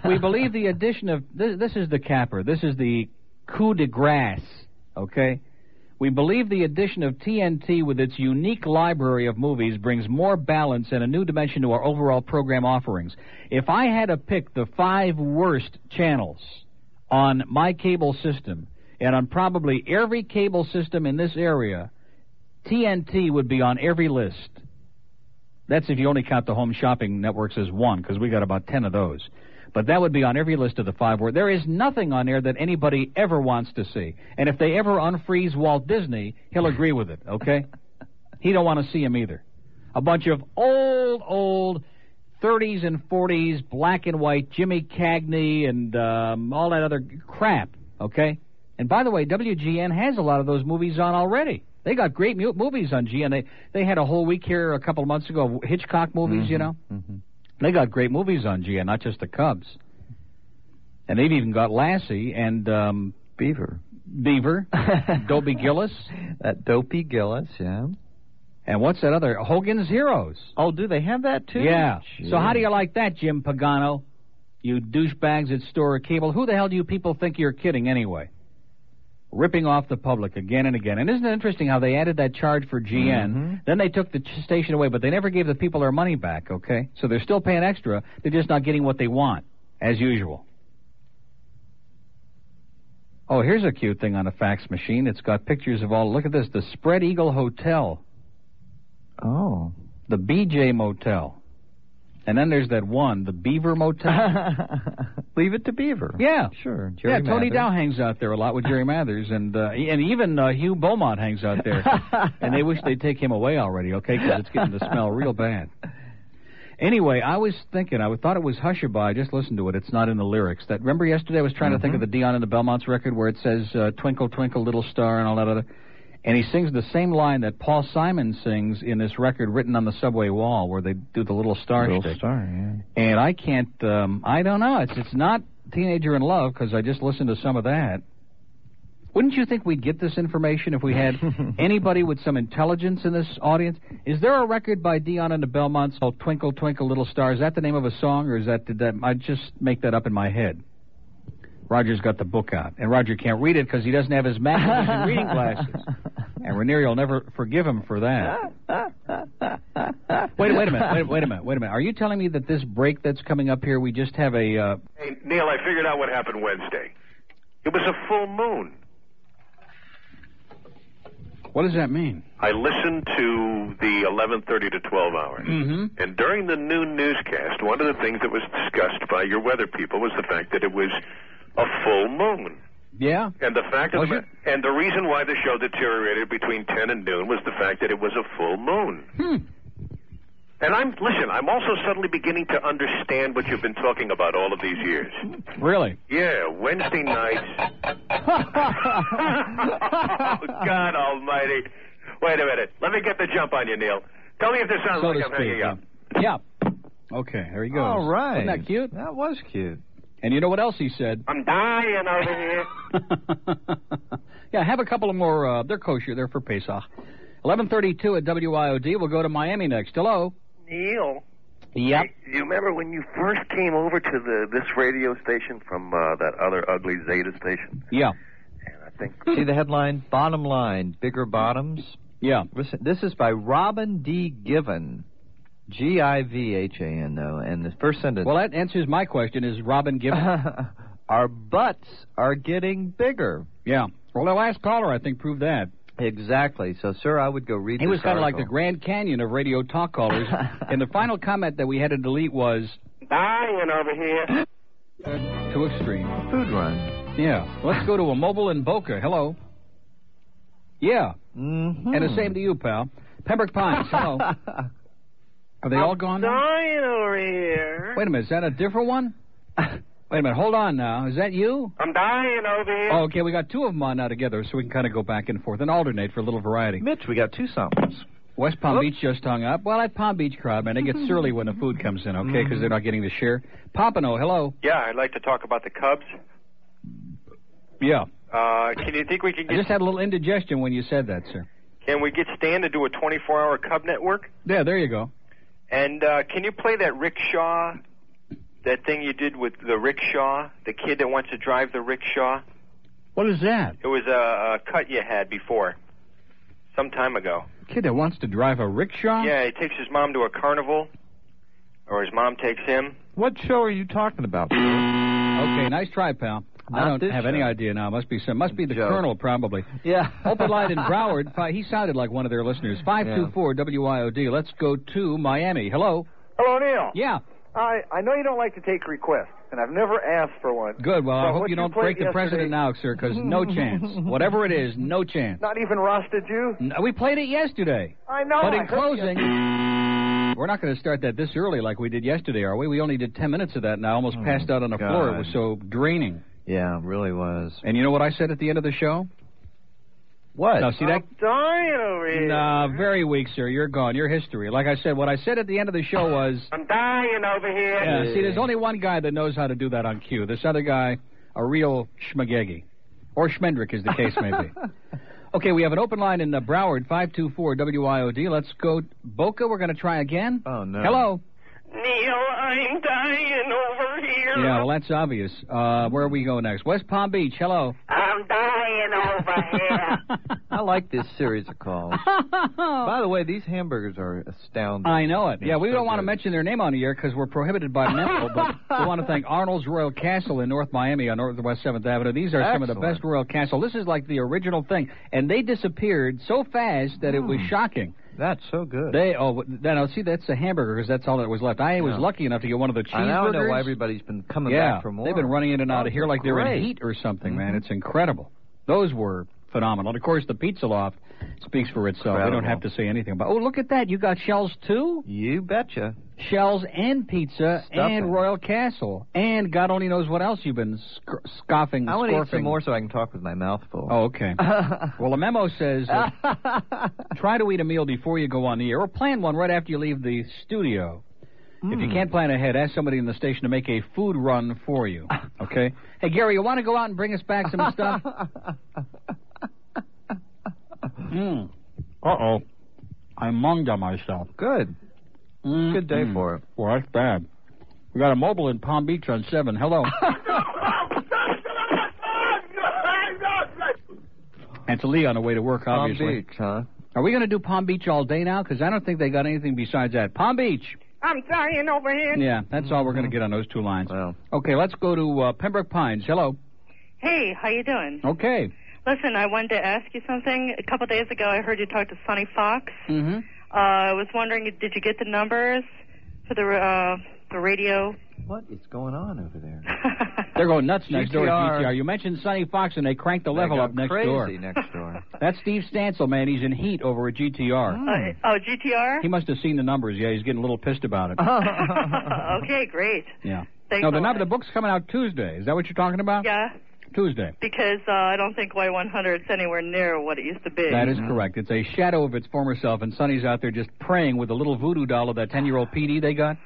we believe the addition of this, this is the capper. This is the coup de grace. Okay. We believe the addition of TNT with its unique library of movies brings more balance and a new dimension to our overall program offerings. If I had to pick the five worst channels on my cable system and on probably every cable system in this area, TNT would be on every list. That's if you only count the home shopping networks as one, because we got about 10 of those. But that would be on every list of the five word. There is nothing on air that anybody ever wants to see. And if they ever unfreeze Walt Disney, he'll agree with it, okay? he don't want to see him either. A bunch of old, old 30s and 40s, black and white, Jimmy Cagney and um, all that other crap, okay? And by the way, WGN has a lot of those movies on already. They got great mu- movies on GN. They, they had a whole week here a couple of months ago of Hitchcock movies, you know? Mhm. They got great movies on GN, not just the Cubs. And they've even got Lassie and um, Beaver. Beaver, Dopey Gillis. That Dopey Gillis, yeah. And what's that other? Hogan's Heroes. Oh, do they have that too? Yeah. Gee. So how do you like that, Jim Pagano? You douchebags at Store Cable. Who the hell do you people think you're kidding anyway? Ripping off the public again and again. And isn't it interesting how they added that charge for GN? Then they took the ch- station away, but they never gave the people their money back, okay? So they're still paying extra. They're just not getting what they want, as usual. Oh, here's a cute thing on a fax machine. It's got pictures of all. Look at this the Spread Eagle Hotel. Oh. the BJ Motel. And then there's that one, the Beaver Motel. Leave it to Beaver. yeah. Sure. Jerry yeah, Tony Mathers. Dow hangs out there a lot with Jerry Mathers, and uh, and even uh, Hugh Beaumont hangs out there. and they wish they'd take him away already, okay? Because it's getting to smell real bad. Anyway, I was thinking, I thought it was Hushabye. I just listened to it. It's not in the lyrics. That remember yesterday I was trying to think of the Dion and the Belmonts record where it says uh, "Twinkle Twinkle Little Star" and all that other. And he sings the same line that Paul Simon sings in this record written on the subway wall where they do the little star Little shtick. Star, yeah. And I can't. Um, I don't know. It's it's not teenager in love because I just listened to some of that. Wouldn't you think we'd get this information if we had anybody with some intelligence in this audience? Is there a record by Dion and the Belmonts called "Twinkle Twinkle Little Star"? Is that the name of a song, or is that did that? I just make that up in my head. Roger's got the book out, and Roger can't read it because he doesn't have his magnification reading glasses. And Ranieri will never forgive him for that. Wait, wait a minute. Wait, wait a minute. Wait a minute. Are you telling me that this break that's coming up here, we just have a uh, Hey, Neil, I figured out what happened Wednesday. It was a full moon. what does that mean? I listened to the 11:30 to 12 hours. Mm-hmm. And during the noon newscast, one of the things that was discussed by your weather people was the fact that it was a full moon. Yeah. And the fact of Was the ma- and the reason why the show deteriorated between 10 and noon was the fact that it was a full moon. Hmm. And I'm listen, I'm also suddenly beginning to understand what you've been talking about all of these years. Really? Yeah, Wednesday nights. oh, God Almighty! Wait a minute. Let me get the jump on you, Neil. Tell me if this sounds So like to I'm hanging speak, up. Yeah. Okay, there he goes. All right. Isn't that cute? That was cute. And you know what else he said? I'm dying over here. yeah, have a couple of more. Uh, they're kosher. They're for Pesach. 11:32 at WIOD. We'll go to Miami next. Hello. Neil, Yep. you remember when you first came over to the this radio station from uh, that other ugly Zeta station? Yeah. I think See the headline? Bottom line, bigger bottoms. Yeah. Listen, this is by Robin D. Given. G I V H A N though, and the first sentence. Well, that answers my question. Is Robin Gibbons? our butts are getting bigger. yeah. Well, the last caller I think proved that. Exactly. So, sir, I would go read. He this was kind of like the article. Grand Canyon of radio talk callers. and the final comment that we had to delete was dying over here. too extreme. food run. Yeah. Let's go to a mobile in Boca. Hello. Yeah. Mm-hmm. And the same to you, pal. Pembroke Pines. Hello. Are they all gone? Now? Dying over here. Wait a minute. Is that a different one? Wait a minute. Hold on now. Is that you? I'm dying over here. Oh, okay. We got two of them on now together, so we can kind of go back and forth and alternate for a little variety. Mitch, we got two somethings. West Palm Beach just hung up. Well, that Palm Beach crowd, man, they get surly when the food comes in, okay, because they're not getting the share. Pompano, hello. Yeah, I'd like to talk about the Cubs. Yeah. Uh, can you think we can I get just had a little indigestion when you said that, sir. can we get Stan to do a 24-hour Cub network? Yeah, there you go. And uh, can you play that rickshaw, that thing you did with the rickshaw, the kid that wants to drive the rickshaw? What is that? It was a, a cut you had before, some time ago. Kid that wants to drive a rickshaw? Yeah, he takes his mom to a carnival, or his mom takes him. What show are you talking about? Okay, nice try, pal. I Not don't this have any show. idea now. Must be some. Must be the Joke. colonel, probably. yeah. Open line in Broward. Fi- He sounded like one of their listeners. Five two four WIOD. Let's go to Miami. Hello. Hello, Neil. Yeah. I, I know you don't like to take requests, and I've never asked for one. Good. Well, I But hope what you don't played break the yesterday- president now, sir, because no chance. Whatever it is, no chance. Not even roasted you? No, we played it yesterday. I know. But I in heard closing, you. we're not going to start that this early like we did yesterday, are we? We only did 10 minutes of that, and I almost passed out on the floor. It was God. so draining. Yeah, it really was. And you know what I said at the end of the show? What? Now, see that? I'm dying Oh, over here. Nah, very weak, sir. You're gone. You're history. Like I said, what I said at the end of the show was. I'm dying over here. Yeah, see, there's only one guy that knows how to do that on cue. This other guy, a real schmagegi. Or Schmendrick, as the case may be. Okay, we have an open line in uh, Broward, 524 WIOD. Let's go. Boca, we're going to try again. Oh, no. Hello. Neil, I'm dying over here. Yeah, well, that's obvious. Uh, where are we going next? West Palm Beach. Hello. I'm dying over here. I like this series of calls. By the way, these hamburgers are astounding. I know it. Yeah, we don't want to mention their name on the air because we're prohibited by mental, but we want to thank Arnold's Royal Castle in North Miami on Northwest 7th Avenue. These are some of the Excellent. best Royal Castle. This is like the original thing, and they disappeared so fast that it was Hmm. shocking. That's so good. They oh now see that's a hamburger because that's all that was left. I was Yeah. lucky enough to get one of the cheeseburgers. I now know why everybody's been coming yeah, back for more. Oh, They've been running in and out of here like they're in great. Mm-hmm. heat or something, man. It's incredible. Those were phenomenal. And of course, the Pizza Loft speaks for itself. We don't Incredible. have to say anything about. Oh, look at that! You got shells too. You betcha. Shells and pizza Stuffing. and Royal Castle and God only knows what else you've been sc- scoffing. I want to eat some scorfing. more so I can talk with my mouth full. Oh, okay. well, a memo says that try to eat a meal before you go on the air, or plan one right after you leave the studio. If you Mm. can't plan ahead, ask somebody in the station to make a food run for you. Ah. Okay. Hey, Gary, you want to go out and bring us back some stuff? mm. Uh oh. I munged on myself. Hmm. Good. Good day for it. Well, that's bad. We got a mobile in Palm Beach on 7. Hello. That's Lee on the way to work, Palm obviously. Beach, huh? Are we going to do Palm Beach all day now? Because I don't think they got anything besides that. Palm Beach. I'm dying over here. Yeah, that's all we're Mm-hmm. going to get on those two lines. Well. Okay, let's go to uh, Pembroke Pines. Hello. Hey, how you doing? Okay. Listen, I wanted to ask you something. A couple days ago, I heard you talk to Sonny Fox. Mm-hmm. Uh, I was wondering, did you get the numbers for the uh, the radio? What is going on over there? They're going nuts next door at GTR. GTR. You mentioned Sonny Fox, and they cranked the They level go up next crazy door. next door. That's Steve Stansel, man. He's in heat over at Hmm. GTR. Uh, oh, GTR. He must have seen the numbers. Yeah, he's getting a little pissed about it. okay, great. yeah. Thanks no, a the, lot. number, the book's coming out Tuesday. Is that what you're talking about? Yeah, Tuesday. because uh, I don't think Y100 is anywhere near what it used to be. That is Mm-hmm. correct. It's a shadow of its former self, and Sonny's out there just praying with a little voodoo doll of that 10 year old PD they got,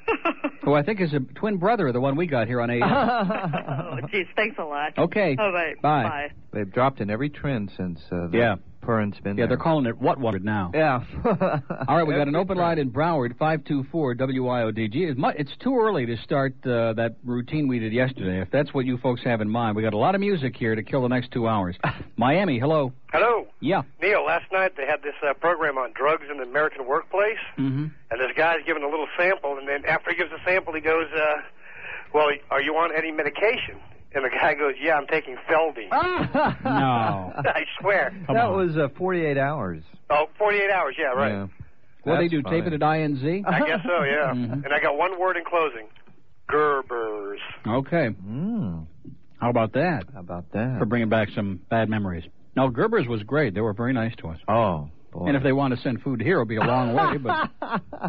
who I think is a twin brother of the one we got here on AM. oh, geez, thanks a lot. Okay. All right. Bye. Bye. They've dropped in every trend since uh, the Yeah. Purin's been yeah, there. they're calling it What Water now. Yeah. All right, we got an open line in Broward, 524 WIODG. It's mu- It's too early to start uh, that routine we did yesterday. If that's what you folks have in mind, we got a lot of music here to kill the next two hours. Miami, hello. Hello, Yeah. Neil. Last night they had this uh, program on drugs in the American workplace, Mm-hmm. and this guy's giving a little sample, and then after he gives the sample, he goes, uh, "Well, are you on any medication?" And the guy goes, "Yeah, I'm taking Feldene." Ah. No. I swear. that was uh, 48 hours. Oh, 48 hours. Yeah, right. Yeah. What do they That's do? Tape funny. it at INZ? I guess so. Yeah. Mhm. And I got one word in closing: Gerbers. Okay. How about that? How Hmm. about that? For bringing back some bad memories. No, Gerber's was great. They were very nice to us. Oh, boy. And if they want to send food here, it'll be a long way, but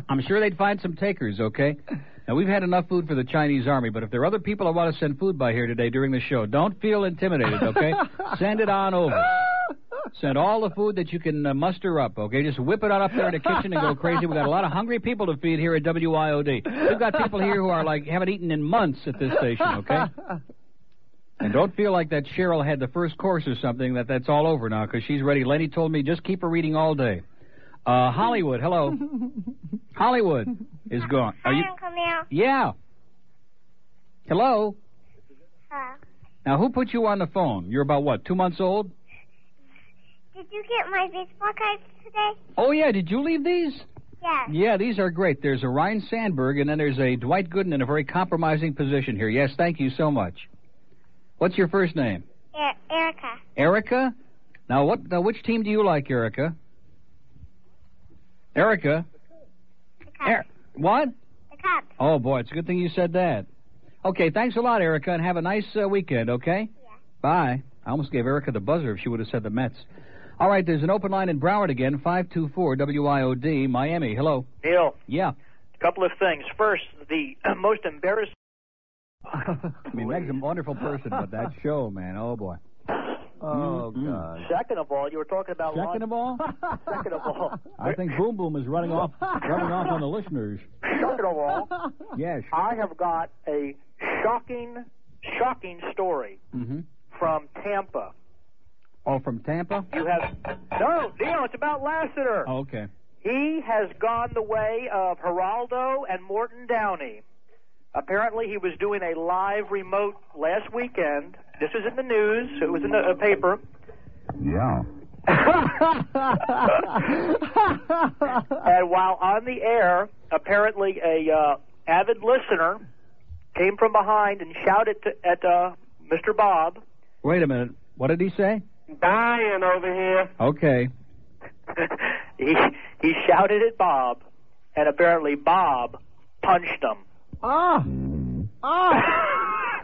I'm sure they'd find some takers, okay? Now, we've had enough food for the Chinese army, but if there are other people that want to send food by here today during the show, don't feel intimidated, okay? send it on over. Send all the food that you can uh, muster up, okay? Just whip it on up there in the kitchen and go crazy. We've got a lot of hungry people to feed here at WIOD. We've got people here who are like, haven't eaten in months at this station, okay? And don't feel like that Cheryl had the first course or something, that that's all over now, because she's ready. Lenny told me just keep her reading all day. Uh, Hollywood, hello. Hollywood is gone. Are you? Uncle Neil. Yeah. Hello? Huh? Now, who put you on the phone? You're about, what, two months old? Did you get my baseball cards today? Oh, yeah, did you leave these? Yes. Yeah, these are great. There's a Ryan Sandberg, and then there's a Dwight Gooden in a very compromising position here. Yes, thank you so much. What's your first name? E- Erica. Erica? Now, what? Now, which team do you like, Erica? Erica? Er- what? The cup. Oh, boy, it's a good thing you said that. Okay, thanks a lot, Erica, and have a nice uh, weekend, okay? Bye. I almost gave Erica the buzzer if she would have said the Mets. All right, there's an open line in Broward again, 524 WIOD, Miami. Hello. Neil, Yeah. a couple of things. First, the most embarrassing. I mean, Meg's a wonderful person, but that show, man, oh, boy. Oh, God. Second of all, you were talking about. Second of all? Second of all. I think Boom Boom is running off, running off on the listeners. Second of all. Yes. I have got a shocking, shocking story Mm-hmm. from Tampa. Oh, from Tampa? You have no, Neil. It's about Lassiter. Oh, okay. He has gone the way of Geraldo and Morton Downey. Apparently, he was doing a live remote last weekend. This is in the news. It was in the uh, paper. Yeah. and while on the air, apparently a uh, avid listener came from behind and shouted to, at uh, Mr. Bob, Wait a minute. What did he say? Dying over here. Okay. he, he shouted at Bob, and apparently Bob punched him. Ah. Ah.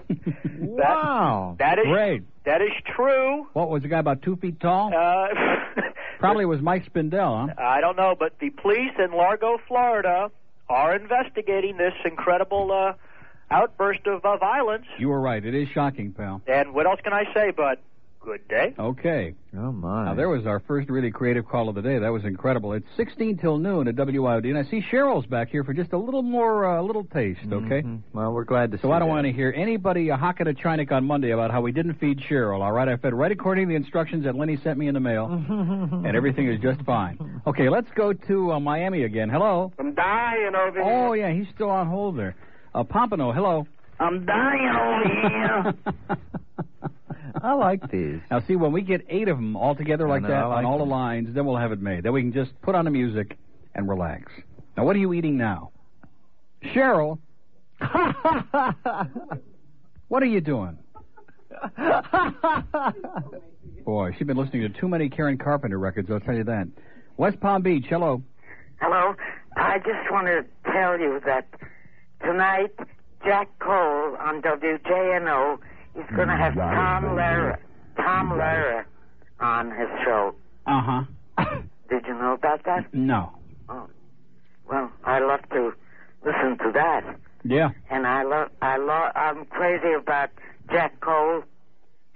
wow. That is Great. that is true. What was the guy about two feet tall? Uh, Probably was Mike Spindell, huh? I don't know, but the police in Largo, Florida, are investigating this incredible uh, outburst of uh, violence. You were right. It is shocking, pal. And what else can I say? But good day. Okay. Oh my. Now there was our first really creative call of the day. That was incredible. It's 16 till noon at WIOD, and I see Cheryl's back here for just a little more, uh, little taste. Okay. Mm-hmm. Well, we're glad to see So I don't that. want to hear anybody uh, hocking a Chinook on Monday about how we didn't feed Cheryl. All right, I fed right according to the instructions that Lenny sent me in the Mm-hmm. mail, and everything is just fine. Okay, let's go to uh, Miami again. Hello. I'm dying over Oh yeah, he's still on hold there. Uh, Pompano, hello. I'm dying over here. I like these. Now, see, when we get eight of them all together like know, that I like on all them. the lines, then we'll have it made. Then we can just put on the music and relax. Now, what are you eating now? Cheryl, what are you doing? Uh-huh. Boy, she's been listening to too many Karen Carpenter records, I'll tell you that. West Palm Beach, hello. Hello. I just want to tell you that tonight Jack Cole on WJNO is going to have Tom Lehrer, Tom Lehrer on his show. Uh huh. Did you know about that? No. Well, I love to listen to that, Yeah. and I love I love I'm crazy about Jack Cole,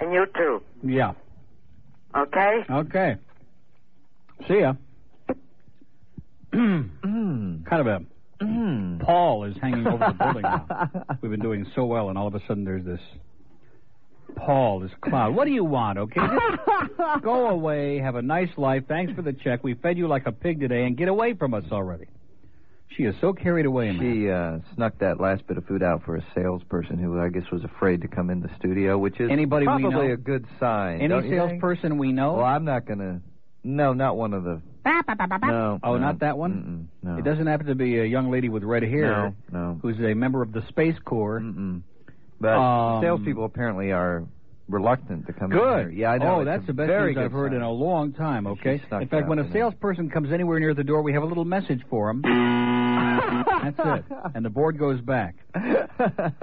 and you too. Yeah. Okay. Okay. See ya. Mm. kind of a Paul is hanging over the building now. We've been doing so well, and all of a sudden there's this Paul, this cloud. What do you want, okay? Just go away, have a nice life. Thanks for the check. We fed you like a pig today, and get away from us already. She is so carried away, man. She uh, snuck that last bit of food out for a salesperson who I guess was afraid to come in the studio, which is Anybody we probably know? a good sign. don't Any you think? salesperson we know? Well, I'm not gonna. No, not one of the. No. oh, no. not that one. It doesn't happen to be a young lady with red hair No, no. who's a member of the Space Corps. Mm-mm. But Um, salespeople apparently are reluctant to come in. Good. here. Yeah, I know. Oh, it's that's a the best very news I've good heard sign. in a long time. Okay. snuck In fact, when out a in salesperson comes anywhere near the door, we have a little message for him. that's it, and the board goes back.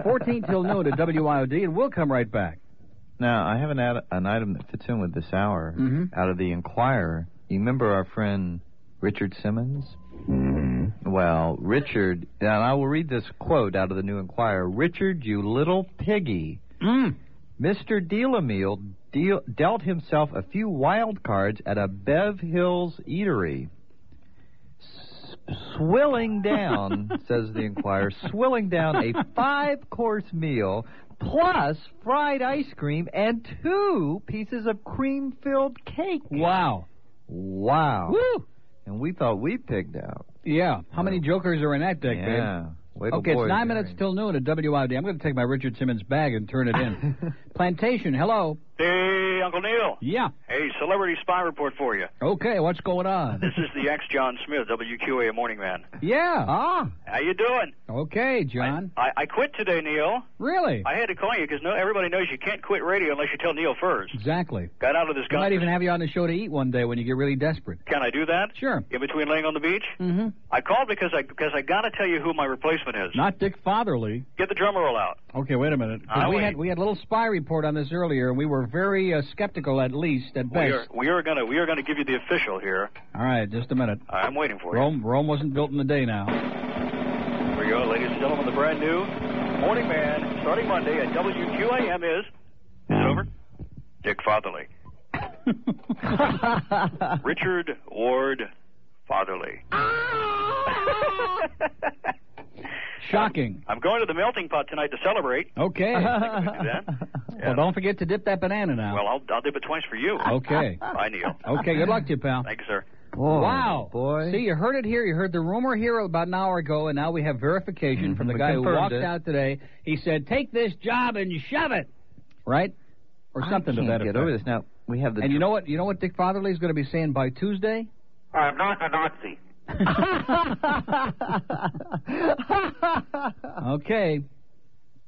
Fourteen till noon to WIOD, and we'll come right back. Now, I have an, ad- an item that fits in with this hour Mhm. out of the Inquirer. You remember our friend Richard Simmons? Well, Richard, and I will read this quote out of the New Inquirer Richard, you little piggy. Mr. Dealameel deal- dealt himself a few wild cards at a Bev Hills eatery. S- swilling down, says the Inquirer, swilling down a five course meal plus fried ice cream and two pieces of cream filled cake. Wow. Wow. Woo. And we thought we picked out. Yeah. How many jokers are in that deck, babe? Oh. yeah. Way to Okay, boy, it's nine Jerry. minutes till noon at WIOD. I'm going to take my Richard Simmons bag and turn it in. Plantation, hello. Hey, Uncle Neil. Yeah. Hey, celebrity spy report for you. Okay, what's going on? This is the ex John Smith, WQA Morning Man. yeah. Ah. How you doing? Okay, John. I, I quit today, Neil. Really? I had to call you because no, everybody knows you can't quit radio unless you tell Neil first. Exactly. Got out of this We gun. might even have you on the show to eat one day when you get really desperate. Can I do that? Sure. In between laying on the beach, Mm-hmm. I called because I because I got to tell you who my replacement is. Not Dick Fatherly. Get the drum roll out. Okay, wait a minute. 'Cause I'll we wait. had we had a little spy report on this earlier, and we were very uh, skeptical, at least at We best. are we are gonna we are gonna give you the official here. All right, just a minute. I'm waiting Uh, for you. Rome Rome wasn't built in a day now. Here we go, ladies and gentlemen. The brand new Morning Man, starting Monday at WQAM is. Is it Um, over? Dick Fatherly. Richard Ward Fatherly. Shocking. I'm going to the melting pot tonight to celebrate. Okay. I think I'm gonna do that. Well, don't forget to dip that banana now. Well, I'll, I'll dip it twice for you. Okay. Bye, Neil. Okay, good luck to you, pal. Thank you, sir. wow. Boy. See, you heard it here. You heard the rumor here about an hour ago, and now we have verification from the Mm-hmm. We guy who confirmed walked it. out today. He said, take this job and shove it. Right? Or something I can't to that get effect. over this now. We have the And you know what? You know what Dick Fatherly is going to be saying by Tuesday? I'm not a Nazi. Uh-huh. Okay.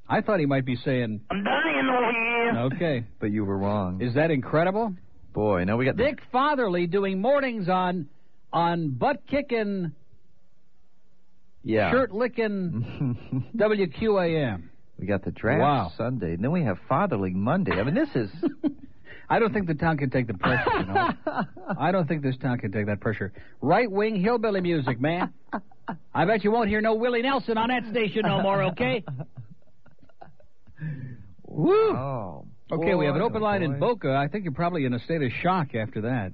I thought he might be saying. I'm dying over here. Okay. But you were wrong. Is that incredible? Boy, now we got Dick Fatherly doing mornings on on butt kicking, the yeah. shirt licking, WQAM. We got the draft Wow. Sunday. And then we have Father League Monday. I mean, this is I don't think the town can take the pressure. You know? I don't think this town can take that pressure. Right wing hillbilly music, man. I bet you won't hear no Willie Nelson on that station no more. Okay. Woo! Oh. Okay, we have an boy, open oh, line in boy. Boca. I think you're probably in a state of shock after that.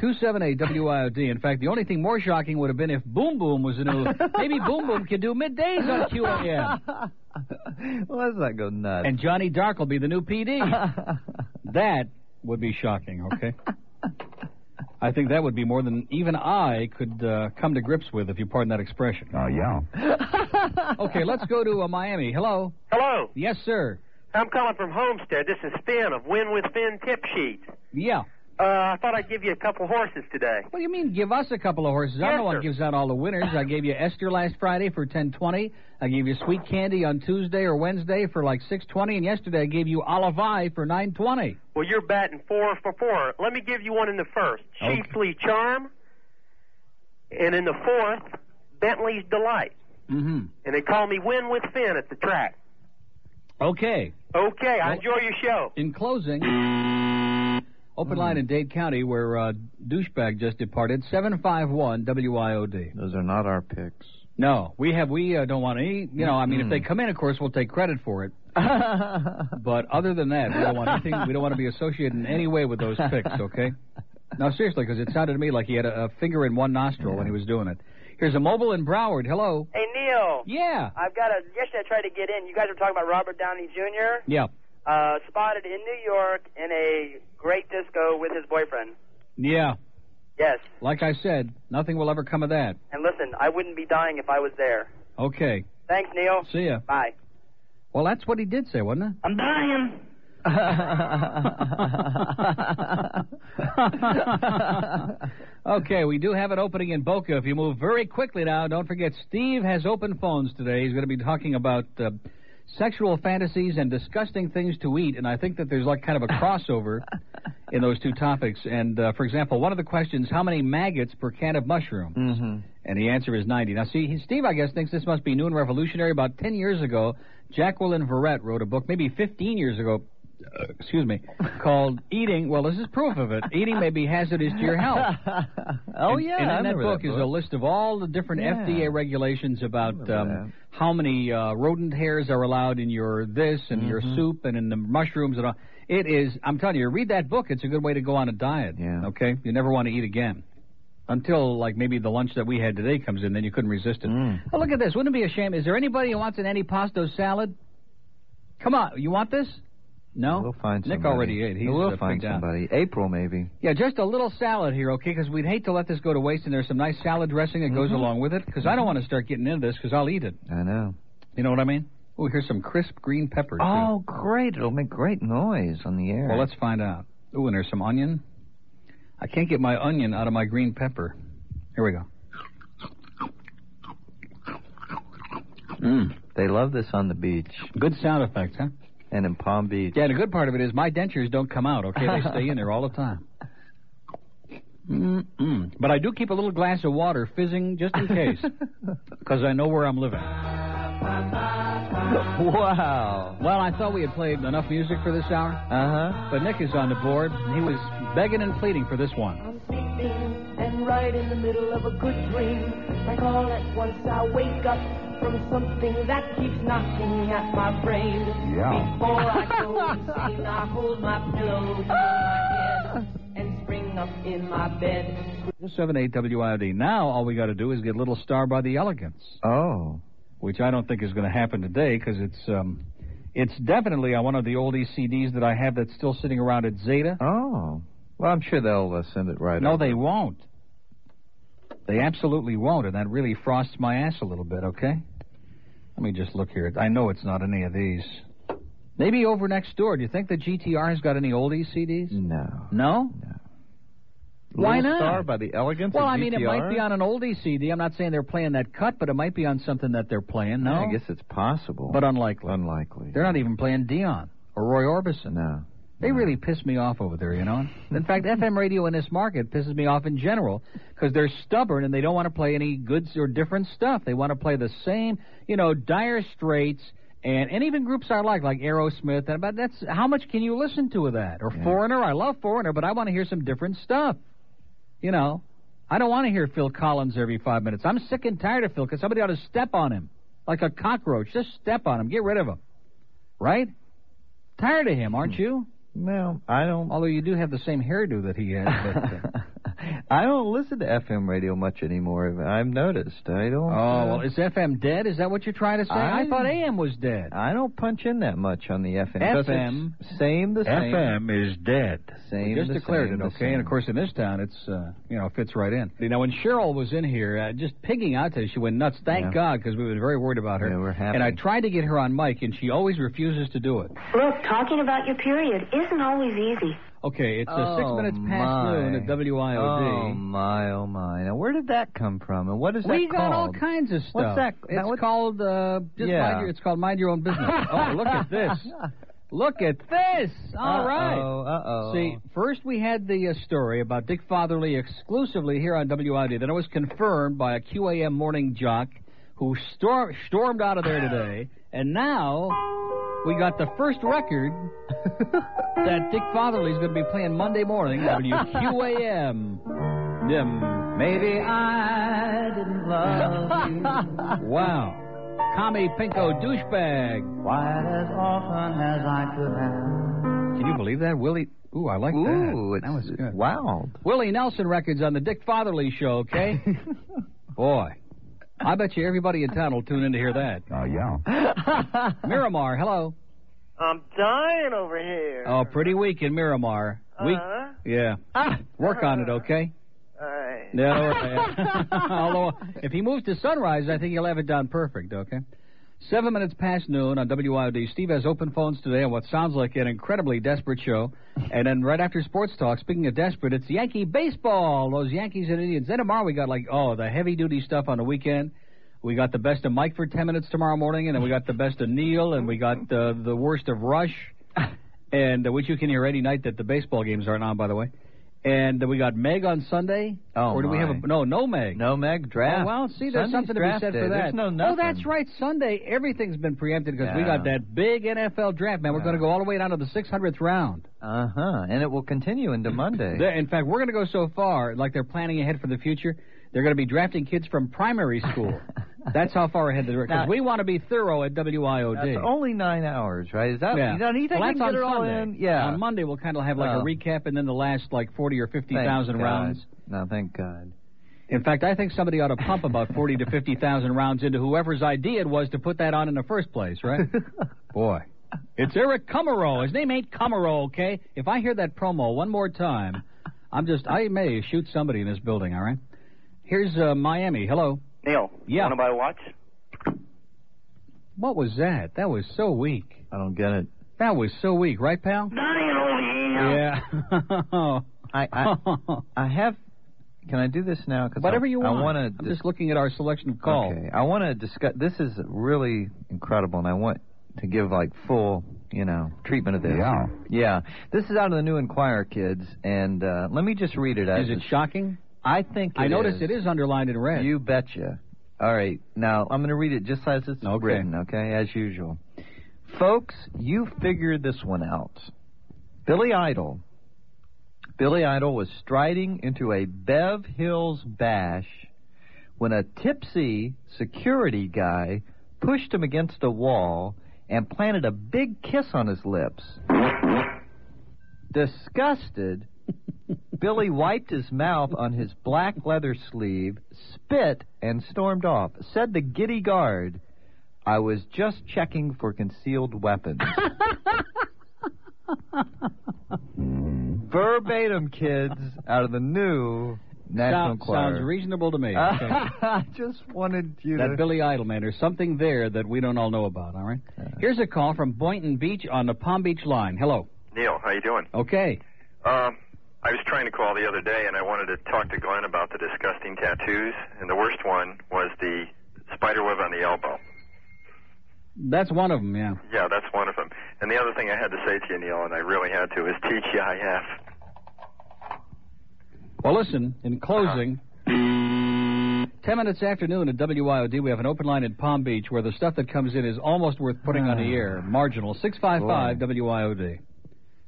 278 WIOD. In fact, the only thing more shocking would have been if Boom Boom was a new. Maybe Boom Boom could do middays on QAM. Let's not go nuts. And Johnny Dark will be the new PD. that would be shocking, okay? I think that would be more than even I could uh, come to grips with, if you pardon that expression. Oh, yeah. okay, let's go to uh, Miami. Hello. Hello. Yes, sir. I'm calling from Homestead. This is Finn of Win with Finn Tip Sheet. Yeah. Uh, I thought I'd give you a couple horses today. What do you mean? Give us a couple of horses. I'm Yes, the one sir. who gives out all the winners. I gave you Esther last Friday for ten twenty. I gave you sweet candy on Tuesday or Wednesday for like six twenty, and yesterday I gave you Olivai for nine twenty. Well, you're batting four for four. Let me give you one in the first, Okay. Chiefly Charm, and in the fourth, Bentley's Delight. Mm-hmm. And they call me Win with Finn at the track. Okay. Okay, I enjoy your show. In closing, Hmm. open line in Dade County where uh, douchebag just departed. Seven five one WIOD. Those are not our picks. No, we have we uh, don't want any. You know, I mean, if Mm. they come in, of course, we'll take credit for it. But other than that, we don't want anything. We don't want to be associated in any way with those picks. Okay. No, seriously, because it sounded to me like he had a, a finger in one nostril when he was doing it. Here's a mobile in Broward. Hello. Hey Neil. Yeah. I've got a. Yesterday I tried to get in. You guys were talking about Robert Downey Jr. Yeah. Uh, spotted in New York in a great disco with his boyfriend. Yeah. Yes. Like I said, nothing will ever come of that. And listen, I wouldn't be dying if I was there. Okay. Thanks, Neil. See ya. Bye. Well, that's what he did say, wasn't it? I'm dying. okay, we do have an opening in Boca. If you move very quickly now, don't forget Steve has open phones today. He's going to be talking about uh, sexual fantasies and disgusting things to eat, and I think that there's like kind of a crossover in those two topics. And uh, for example, one of the questions: How many maggots per can of mushroom? Mm-hmm. And the answer is 90. Now, see, he- Steve, I guess, thinks this must be new and revolutionary. About 10 years ago, Jacqueline Verrett wrote a book, maybe 15 years ago, uh, excuse me, called Eating. Well, this is proof of it. Eating may be hazardous to your health. oh And- yeah, And I in that remember book, that is a list of all the different Yeah. FDA regulations about remember um, how many uh, rodent hairs are allowed in your this and your Mm-hmm. soup and in the mushrooms and all. It is. I'm telling you, read that book. It's a good way to go on a diet. Yeah. Okay. You never want to eat again. Until like maybe the lunch that we had today comes in, then you couldn't resist it. Mm. Oh, look at this. Wouldn't it be a shame? Is there anybody who wants an antipasto salad? Come on, you want this? No. We'll find Nick somebody. already ate. He's, we'll uh, find freaked out. somebody. April maybe. Yeah, just a little salad here, okay? Because we'd hate to let this go to waste, and there's some nice salad dressing that goes Mhm. along with it. Because I don't want to start getting into this, because I'll eat it. I know. You know what I mean? Oh, here's some crisp green pepper. too. Oh great! It'll make great noise on the air. Well, let's find out. Ooh, and there's some onion. I can't get my onion out of my green pepper. Here we go. Mm. They love this on the beach Good sound effects, huh? and in Palm Beach. Yeah, the good part of it is my dentures don't come out, okay? They stay in there all the time. Mm-mm. But I do keep a little glass of water fizzing just in case, because I know where I'm living. Wow. Well, I thought we had played enough music for this hour. Uh huh. But Nick is on the board. He was begging and pleading for this one. and right in the middle of a good dream, like all at once I wake up from something that keeps knocking at my brain. Yeah. Before I go insane, I hold my pillow to my head and spring up in my bed. 78 WIOD. Now all we got to do is get Little Star by the Elegance. Oh. Which I don't think is going to happen today because it's um, It's definitely on one of the old ECDs that I have that's still sitting around at Zeta. Oh. Well, I'm sure they'll uh, send it right no, over. they won't. They absolutely won't, and that really frosts my ass a little bit, okay? Let me just look here. I know it's not any of these. Maybe over next door. Do you think the GTR's got any old ECDs? No. No? Why Little not? Star by the elegance Well, of I mean, it GTR? might be on an old ECD. I'm not saying they're playing that cut, but it might be on something that they're playing. No, I guess it's possible. but unlikely. Unlikely. They're not even playing Dion or Roy Orbison. No. They really piss me off over there, you know. In fact, FM radio in this market pisses me off in general because they're stubborn and they don't want to play any good or different stuff. They want to play the same, you know, Dire Straits and and even groups I like, like Aerosmith. And but that's how much can you listen to of that? Or Foreigner. I love Foreigner, but I want to hear some different stuff. You know, I don't want to hear Phil Collins every five minutes. I'm sick and tired of Phil because somebody ought to step on him like a cockroach. Just step on him, get rid of him, right? Tired of him, aren't you? No, I don't. Although you do have the same hairdo that he has. But, uh, I don't listen to FM radio much anymore. I've noticed. I don't. uh, oh, well, is FM dead? Is that what you're trying to say? I, I- thought AM was dead. I don't punch in that much on the FM. 'cause FM. it's Same the same. FM is dead. Same. just the declared same, it, the okay? And of same. course, in this town, it's uh, you know fits right in. You know, when Cheryl was in here, uh, just pigging out to, she went nuts. Thank Yeah. God, because we were very worried about her. Yeah, we're happy. And I tried to get her on mic, and she always refuses to do it. Look, talking about your period isn't always easy. Okay, it's uh, Oh, six minutes past my. noon at WIOD. Oh my, oh my! Now, where did that come from? And what is we that got all called? kinds of stuff. What's that- It's called uh, just Yeah. mind your, it's called mind your own business. oh, look at this! Look at this! All right. Uh-oh, uh-oh. See, first we had the uh, story about Dick Fatherly exclusively here on WID. Then it was confirmed by a QAM morning jock who stor- stormed out of there today. And now we got the first record that Dick Fatherly's going to be playing Monday morning WQAM. Dim. Maybe I didn't love you. wow. Kami Pinko douchebag. Why as often as I could have. Can you believe that, Willie? Ooh, I like that. Ooh, it's, that was good. wow. Willie Nelson records on the Dick Fatherly show, okay? Boy. I bet you everybody in town will tune in to hear that. Oh, yeah. Miramar, hello. I'm dying over here. Oh, pretty weak in Miramar. Weak. Uh-huh. Yeah. Oh, Ah, Work on it, okay? All right. No, all right. Although, if he moves to Sunrise, I think he'll have it down perfect, okay? Seven minutes past noon on WIOD. Steve has open phones today on what sounds like an incredibly desperate show. And then right after Sports Talk, speaking of desperate, it's Yankee baseball. Those Yankees and Indians. Then tomorrow we got like, oh, the heavy duty stuff on the weekend. We got the best of Mike for 10 minutes tomorrow morning, and then we got the best of Neil, and we got uh, the worst of Rush, and uh, which you can hear any night that the baseball games aren't on, by the way. And uh, we got Meg on Sunday. Oh, or do we have my. a no? No Meg. No Meg draft. Oh, well, see, there's Sunday's something to be draft said day. for that. There's no oh, nothing. that's right. Sunday, everything's been preempted because we Yeah. got that big NFL draft, man. We're going to go all the way down to the 600th round. Uh huh. And it will continue into Monday. They- In fact, we're going to go so far, like they're planning ahead for the future. They're going to be drafting kids from primary school. that's how far ahead they're. Because Now- we want to be thorough at WIOD. That's only nine hours, right? Is that? yeah. You don't you think well, you that's can on get it all Sunday. in? Yeah. On Monday, we'll kind of have like a Oh. recap and then the last like 40 or 50,000 Thank God. rounds. No, thank God. In fact, I think somebody ought to pump about 40 to 50,000 rounds into whoever's idea it was to put that on in the first place, right? Boy. It's Eric Cumero. His name ain't Cumero, okay? If I hear that promo one more time, I'm just, I may shoot somebody in this building, all right? Here's uh, Miami. Hello. Neil, Yeah. want to buy a watch? What was that? That was so weak. I don't get it. That was so weak, right, pal? Yeah. I, I I have. Can I do this now? 'Cause Whatever I, you I want. want to. I'm just looking at our selection of calls. Okay. I want to discuss. This is really incredible, and I want to give like full, you know, treatment of this. Yeah. Yeah. This is out of the New Enquirer, kids, and uh, let me just read it. As Is it shocking? I think. I it notice is. it is underlined in red. You betcha. All right. Now, I'm going to read it just as it's Okay. written, okay, as usual. Folks, you figure this one out. Billy Idol. Billy Idol was striding into a Bev Hills bash when a tipsy security guy pushed him against a wall and planted a big kiss on his lips. Disgusted, Billy wiped his mouth on his black leather sleeve, spit, and stormed off. Said the giddy guard, I was just checking for concealed weapons. Verbatim, kids, out of the new National Sound- Choir. Sounds reasonable to me. Okay. I just wanted you that to. Billy Idol man. There's something there that we don't all know about. All right. Here's a call from Boynton Beach on the Palm Beach line. Hello. Neil, how you doing? Okay. Um, I was trying to call the other day, and I wanted to talk to Glenn about the disgusting tattoos, and the worst one was the spider web on the elbow. That's one of them. Yeah. Yeah, that's one of them. And the other thing I had to say to you, Neil, and I really had to, is TGIF. Well, listen. In closing. Ten minutes after noon at WIOD, we have an open line in Palm Beach where the stuff that comes in is almost worth putting on the air. Marginal. 655 WIOD.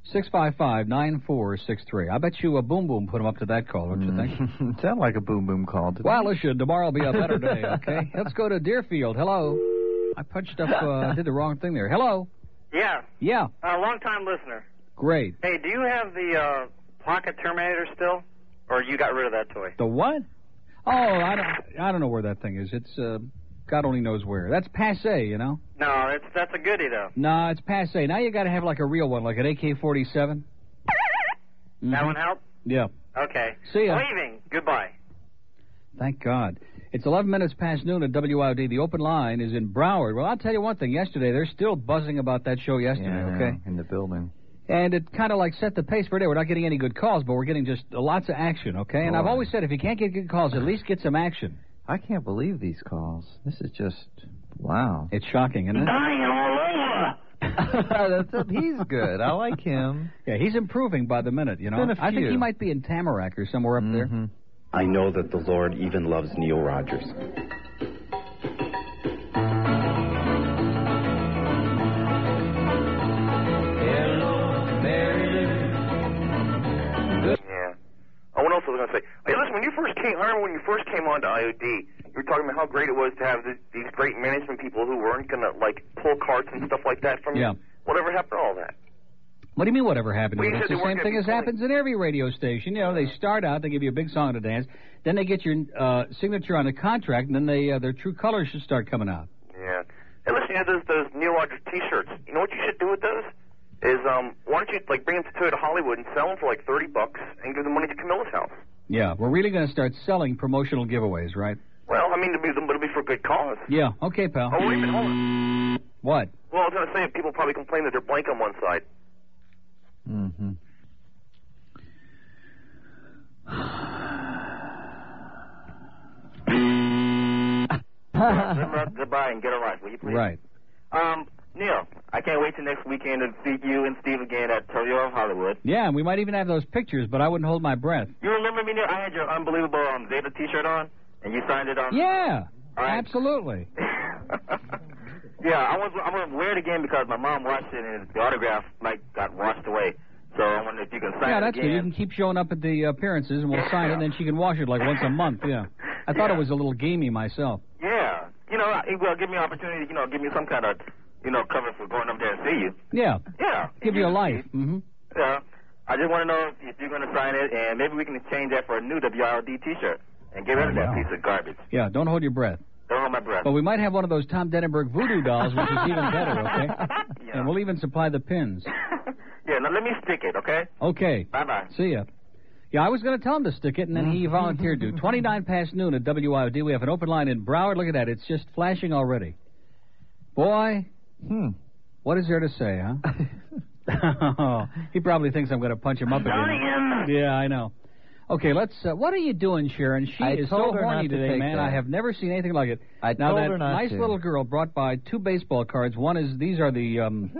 655 9463. I bet you a boom boom put him up to that call, don't you think? it sounded like a boom boom call. didn't Well, listen, tomorrow will be a better day, okay? Let's go to Deerfield. Hello. I punched up, uh, I did the wrong thing there. Hello. Yeah, Yeah, a long time listener. great. Hey, do you have the uh, Pocket Terminator still, or you got rid of that toy? The what? Oh, I don't, I don't know where that thing is. It's, uh, God only knows where. That's passe, you know? No, it's that's a goodie though. Nah, it's passe. Now you gotta have like a real one, like an AK 47. Mm-hmm. That one help? Yeah. Okay. See ya. Leaving. Goodbye. Thank God. It's 11 minutes past noon at WIOD. The open line is in Broward. Well, I'll tell you one thing. Yesterday, they're still buzzing about that show yesterday, Yeah, okay? In the building. And it kind of like set the pace for today. We're not getting any good calls, but we're getting just lots of action, okay? And I've Boy. always said if you can't get good calls, at least get some action. I can't believe these calls. This is just wow. It's shocking, isn't it? all over. That's, he's good. I like him. Yeah, he's improving by the minute, you know. Been a I think he few. Mm-hmm. might be in Tamarack or somewhere up there. I know that the Lord even loves Neil Rogers. Yeah. Oh, what else was I going to say? Hey, listen, when you first came, I remember when you first came on to IOD, you were talking about how great it was to have th- these great management people who weren't going to, like, pull carts and stuff like that from Yeah. you. Whatever happened to all that? What do you mean, whatever happened? to it? Well, you It's said the they weren't same thing gonna as be happens at every radio station. You know, they start out, they give you a big song to dance, then they get your uh, signature on the contract, and then they uh, their true colors should start coming out. Yeah. Hey, listen, you know those, those Neil Rogers T-shirts? You know what you should do with those? Is, um, why don't you, like, bring them to, to Hollywood and sell them for, like, 30 bucks and give the money to Camilla's house? Yeah, we're really going to start selling promotional giveaways, right? Well, I mean, it'll be, it'll be for good cause. Yeah. Okay, pal. Oh, wait a minute, hold on. What? Well, I was going to say, people probably complain that they're blank on one side. Mm-hmm. Remember up to buy and get a right, will you please? Right. Um, Neil, I can't wait till next weekend to see you and Steve again at Toyota Hollywood. Yeah, and we might even have those pictures, but I wouldn't hold my breath. You remember me, Neil? I had your unbelievable um, Zeta T-shirt on, and you signed it on. Yeah, All right. absolutely. Yeah, I was I was wear it again because my mom watched it and the autograph like got washed away. So I wonder if you can sign yeah, it that's good. You again. can keep showing up at the appearances, and we'll sign it, and then she can wash it like once a month. Yeah. I thought it was a little gamey myself. Yeah, you know, I- it will give me an opportunity. You know, give me some kind of you know cover for going up there and see you. Yeah. Yeah. Give you a life. Mm-hmm. Yeah. I just want to know if you're going to sign it, and maybe we can exchange that for a new WRD T-shirt and get rid of that piece of garbage. Yeah. Don't hold your breath. Don't hold my breath. But we might have one of those Tom Denenberg voodoo dolls, which is Oh, even better. Okay. And we'll even supply the pins. Yeah, now let me stick it, okay? Okay. Bye bye. See ya. Yeah, I was going to tell him to stick it, and then he Mm-hmm. volunteered to. 29 past noon at WIOD. We have an open line in Broward. Look at that. It's just flashing already. Boy, Hmm. what is there to say, huh? he probably thinks I'm going to punch him up again. Yeah, I know. Okay, let's. Uh, what are you doing, Sharon? She I is told so her horny not to today, take man. that. I have never seen anything like it. I now told that her not nice to. little girl brought by two baseball cards. One is these are the um,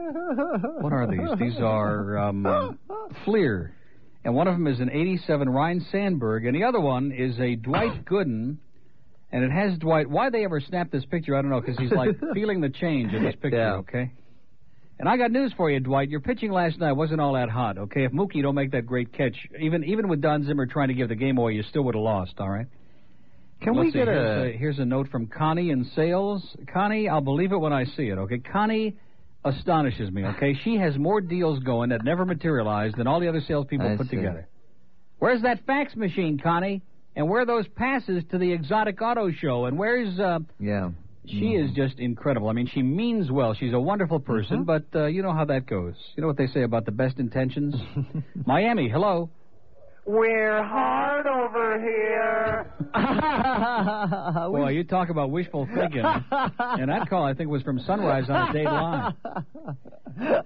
what are these? These are um, Fleer, and one of them is an '87 Ryan Sandberg, and the other one is a Dwight Gooden, and it has Dwight. Why they ever snapped this picture, I don't know, because he's like feeling the change in this picture. Okay. And I got news for you, Dwight. Your pitching last night wasn't all that hot. Okay, if Mookie don't make that great catch, even even with Don Zimmer trying to give the game away, you still would have lost. All right. Can Let's we see, get here's a- Here's a note from Connie in sales. Connie, I'll believe it when I see it. Okay, Connie astonishes me. Okay, she has more deals going that never materialized than all the other salespeople I put see. together. Where's that fax machine, Connie? And where are those passes to the exotic auto show? And where's uh, Yeah. She is just incredible. I mean, she means well. She's a wonderful person, Mm-hmm. but uh, you know how that goes. You know what they say about the best intentions? Miami, hello. We're hard over here. Well, you talk about wishful thinking. and that call, I think, was from Sunrise on a day line.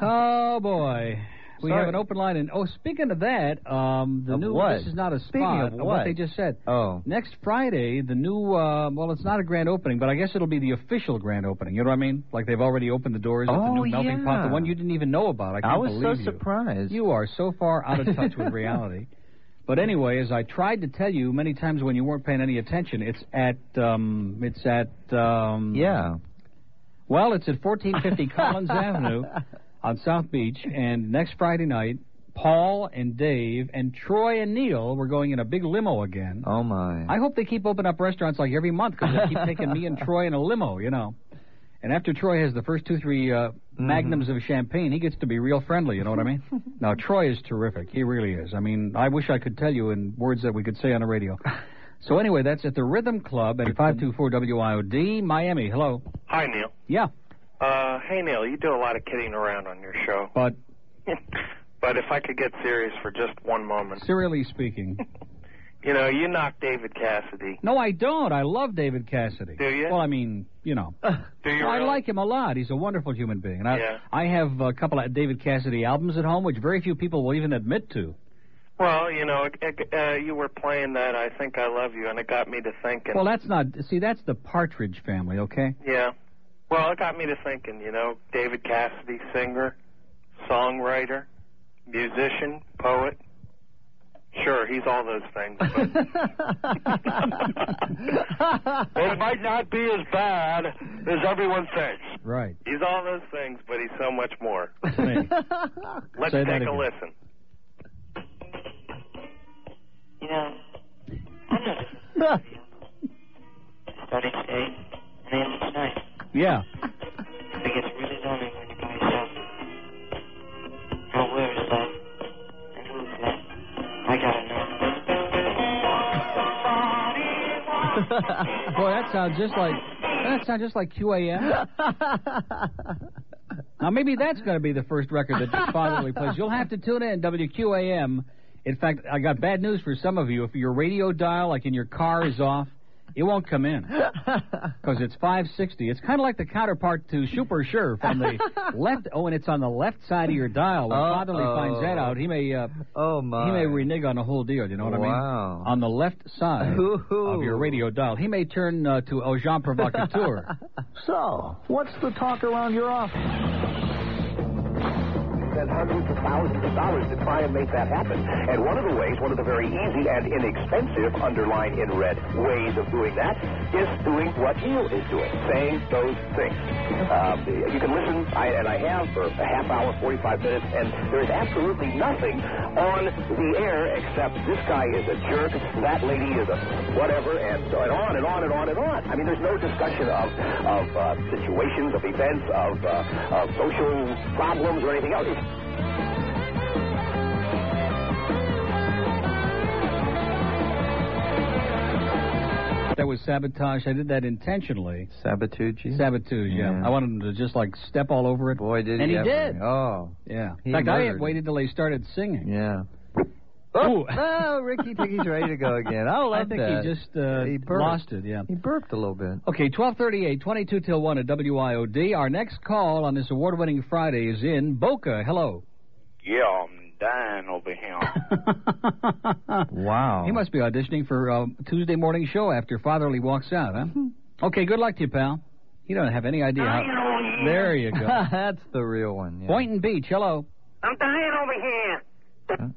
Oh, boy. We Sorry. have an open line. And, oh, speaking of that, um, the Of new. what? This is not a spot. Speaking of what? they just said. Oh. Next Friday, the new. Uh, well, it's not a grand opening, but I guess it'll be the official grand opening. You know what I mean? Like they've already opened the doors at the Oh, new melting pot, the yeah. one you didn't even know about. I, I can't was so believe you. surprised. You are so far out of touch with reality. But anyway, as I tried to tell you many times when you weren't paying any attention, it's at um, it's at um, yeah. Well, it's at 1450 Collins Avenue on South Beach, and next Friday night, Paul and Dave and Troy and Neil we're going in a big limo again. Oh my. I hope they keep opening up restaurants like every month because they keep taking me and Troy in a limo, you know. And after Troy has the first two, three uh, Mm-hmm. magnums of champagne, he gets to be real friendly. You know what I mean? now Troy is terrific. He really is. I mean, I wish I could tell you in words that we could say on the radio. So anyway, that's at the Rhythm Club at 524 WIOD, Miami. Hello. Hi, Neil. Yeah, Uh, hey, Neil, you do a lot of kidding around on your show. but But if I could get serious for just one moment. serially speaking, You know, you knocked David Cassidy. no, I don't. I love David Cassidy. Do you? Well, I mean, you know. Do you Well, I really? like him a lot. He's a wonderful human being. And I, Yeah. I have a couple of David Cassidy albums at home, which very few people will even admit to. Well, you know, it, it, uh, you were playing that I Think I Love You, and it got me to thinking. Well, that's not. See, that's the Partridge family, okay? Yeah. Well, it got me to thinking, you know, David Cassidy, singer, songwriter, musician, poet. Sure, he's all those things. But it might not be as bad as everyone thinks. Right. He's all those things, but he's so much more. Hey. Let's Say that take a again. listen. You know, starting today and ending tonight. yeah. It gets really lonely when you're by yourself. Now where is love? And who's love? I gotta know. Boy, that sounds just like that sounds just like QAM. now maybe that's going to be the first record that the fatherly plays. You'll have to tune in WQAM. In fact, I got bad news for some of you. If your radio dial, like in your car, is off, it won't come in because it's 560. It's kind of like the counterpart to Super Sure from the left. Oh, and it's on the left side of your dial. When fatherly Uh-oh. finds that out, he may uh, Oh my. he may renege on the whole deal. You know what I Wow. mean? On the left side of your radio dial, he may turn uh, to Agent Provocateur. So, what's the talk around your office? spend hundreds of thousands of dollars to try and make that happen. And one of the ways, one of the very easy and inexpensive, underline in red, ways of doing that is doing what Neil is doing, saying those things. Um, you can listen, I, and I have, for a half hour, 45 minutes, and there is absolutely nothing on the air except this guy is a jerk, that lady is a whatever, and, so, and on and on and on and on. I mean, there's no discussion of, of uh, situations, of events, of, uh, of social problems or anything else. It's that was sabotage. I did that intentionally. Sabatucci. Sabotage. Yeah. Yeah. I wanted him to just like step all over it. Boy, did he and he ever. did. Oh. Yeah. He In fact, I murdered had waited till he started singing. Yeah. Oh, oh, Ricky Ticky's ready to go again. I love I think that. he just uh, He burped. lost it. Yeah. He burped a little bit. Okay, 1238, 22 till 1 at WIOD. Our next call on this award winning Friday is in Boca. Hello. Yeah, I'm dying over here. Wow. He must be auditioning for uh, Tuesday morning show after Fatherly walks out, huh? okay, good luck to you, pal. You don't have any idea how. There you go. That's the real one. Yeah. Boynton Beach, hello. I'm dying over here.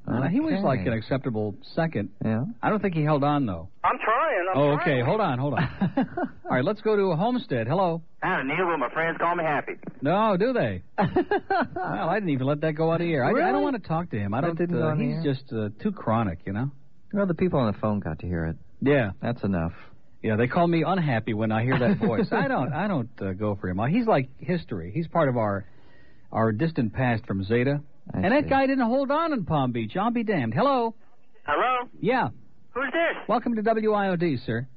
Uh, he was like an acceptable second. Yeah. I don't think he held on, though. I'm trying. oh, okay, hold on, hold on. All right, let's go to Homestead. Hello. I don't know, but my friends call me happy. No, do they? well, I didn't even let that go out of air. I, I Really? don't want to talk to him. I That don't. didn't uh, go on the he's air? just uh, too chronic, you know. Well, the people on the phone got to hear it. Yeah. That's enough. Yeah, they call me unhappy when I hear that voice. I don't. I don't uh, go for him. Uh, He's like history. He's part of our our distant past from Zeta. and that guy didn't hold on in Palm Beach. I'll be damned. Hello. Hello? Yeah. Who's this? Welcome to WIOD, sir.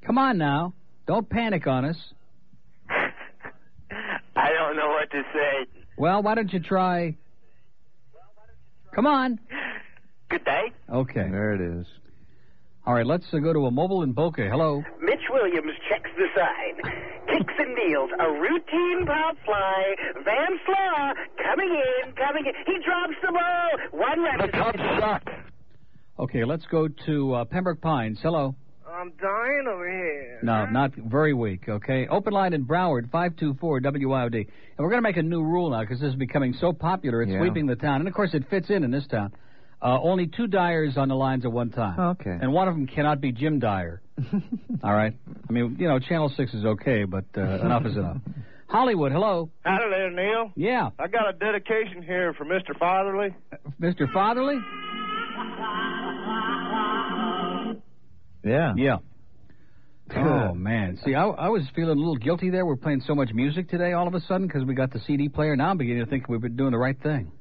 Come Come on now. Don't panic on us. I don't know what to say. Well, why don't you try? Come on. Good day. Okay. There it is. All right, let's uh, go to a mobile in Boca. Hello. Mitch Williams checks the sign, kicks and deals a routine pop fly. Van Slaw coming in, coming in. He drops the ball. One rep. The Cubs suck. Okay, let's go to uh, Pembroke Pines. Hello. I'm dying over here. No, not very weak. Okay, open line in Broward, five two four WIOD, and we're going to make a new rule now because this is becoming so popular, it's Yeah. sweeping the town, and of course it fits in in this town. Uh, only two dyers on the lines at one time, Okay. and one of them cannot be Jim Dyer. All right, I mean you know Channel Six is okay, but uh, enough is enough. Hollywood, hello. Howdy there, Neil. Yeah, I got a dedication here for Mr. Fatherly. Mr. Fatherly. Yeah. Yeah. Oh man, see, I, I was feeling a little guilty there. We're playing so much music today, all of a sudden, because we got the CD player. Now I'm beginning to think we've been doing the right thing.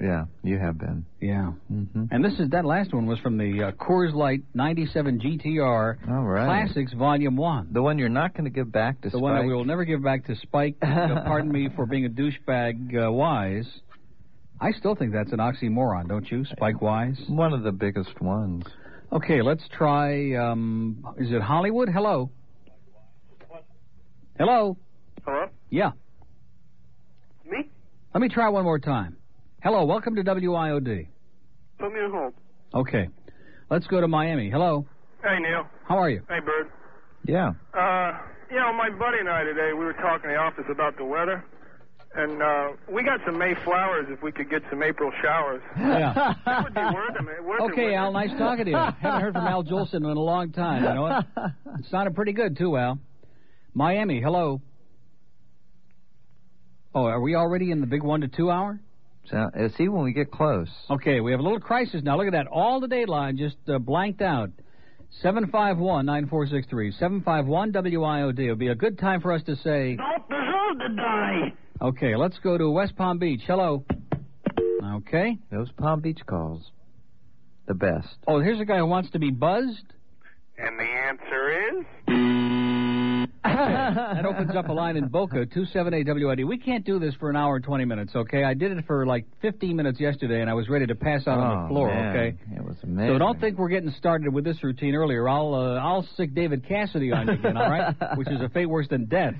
Yeah, you have been. Yeah. Mm-hmm. And this is that last one was from the uh, Coors Light '97 GTR All right. Classics Volume One. The one you're not going to give back to The one that Spike. we will never give back to Spike. uh, pardon me for being a douchebag. Uh, wise. I still think that's an oxymoron, don't you, Spike Wise? One of the biggest ones. Okay, let's try. Um, is it Hollywood? Hello. Hello. Hello? Yeah. Me? Let me try one more time. Hello, welcome to WIOD. Put me on hold. Okay. Let's go to Miami. Hello. Hey, Neil. How are you? Hey, Bird. Yeah. Uh, you know, my buddy and I today, we were talking in the office about the weather. And uh, we got some May flowers if we could get some April showers. Yeah. that would be worth it, man. Worth it, Okay, wouldn't Al, it? nice talking to you. Haven't heard from Al Jolson in a long time. You know what? It's sounded pretty good, too, Al. Miami, hello. Oh, are we already in the big one to two hour? So, uh, see when we get close. Okay, we have a little crisis now. Look at that. All the day line just uh, blanked out. 751 9463. 751 WIOD. It would be a good time for us to say. Don't deserve to die. Okay, let's go to West Palm Beach. Hello. Okay. Those Palm Beach calls, the best. Oh, here's a guy who wants to be buzzed. And the answer is. that opens up a line in Boca, 278 WID. We can't do this for an hour and 20 minutes, okay? I did it for like 15 minutes yesterday, and I was ready to pass out on Oh, the floor, man. okay? It was amazing. So don't think we're getting started with this routine earlier. I'll uh, I'll sick David Cassidy on you again, all right? Which is a fate worse than death.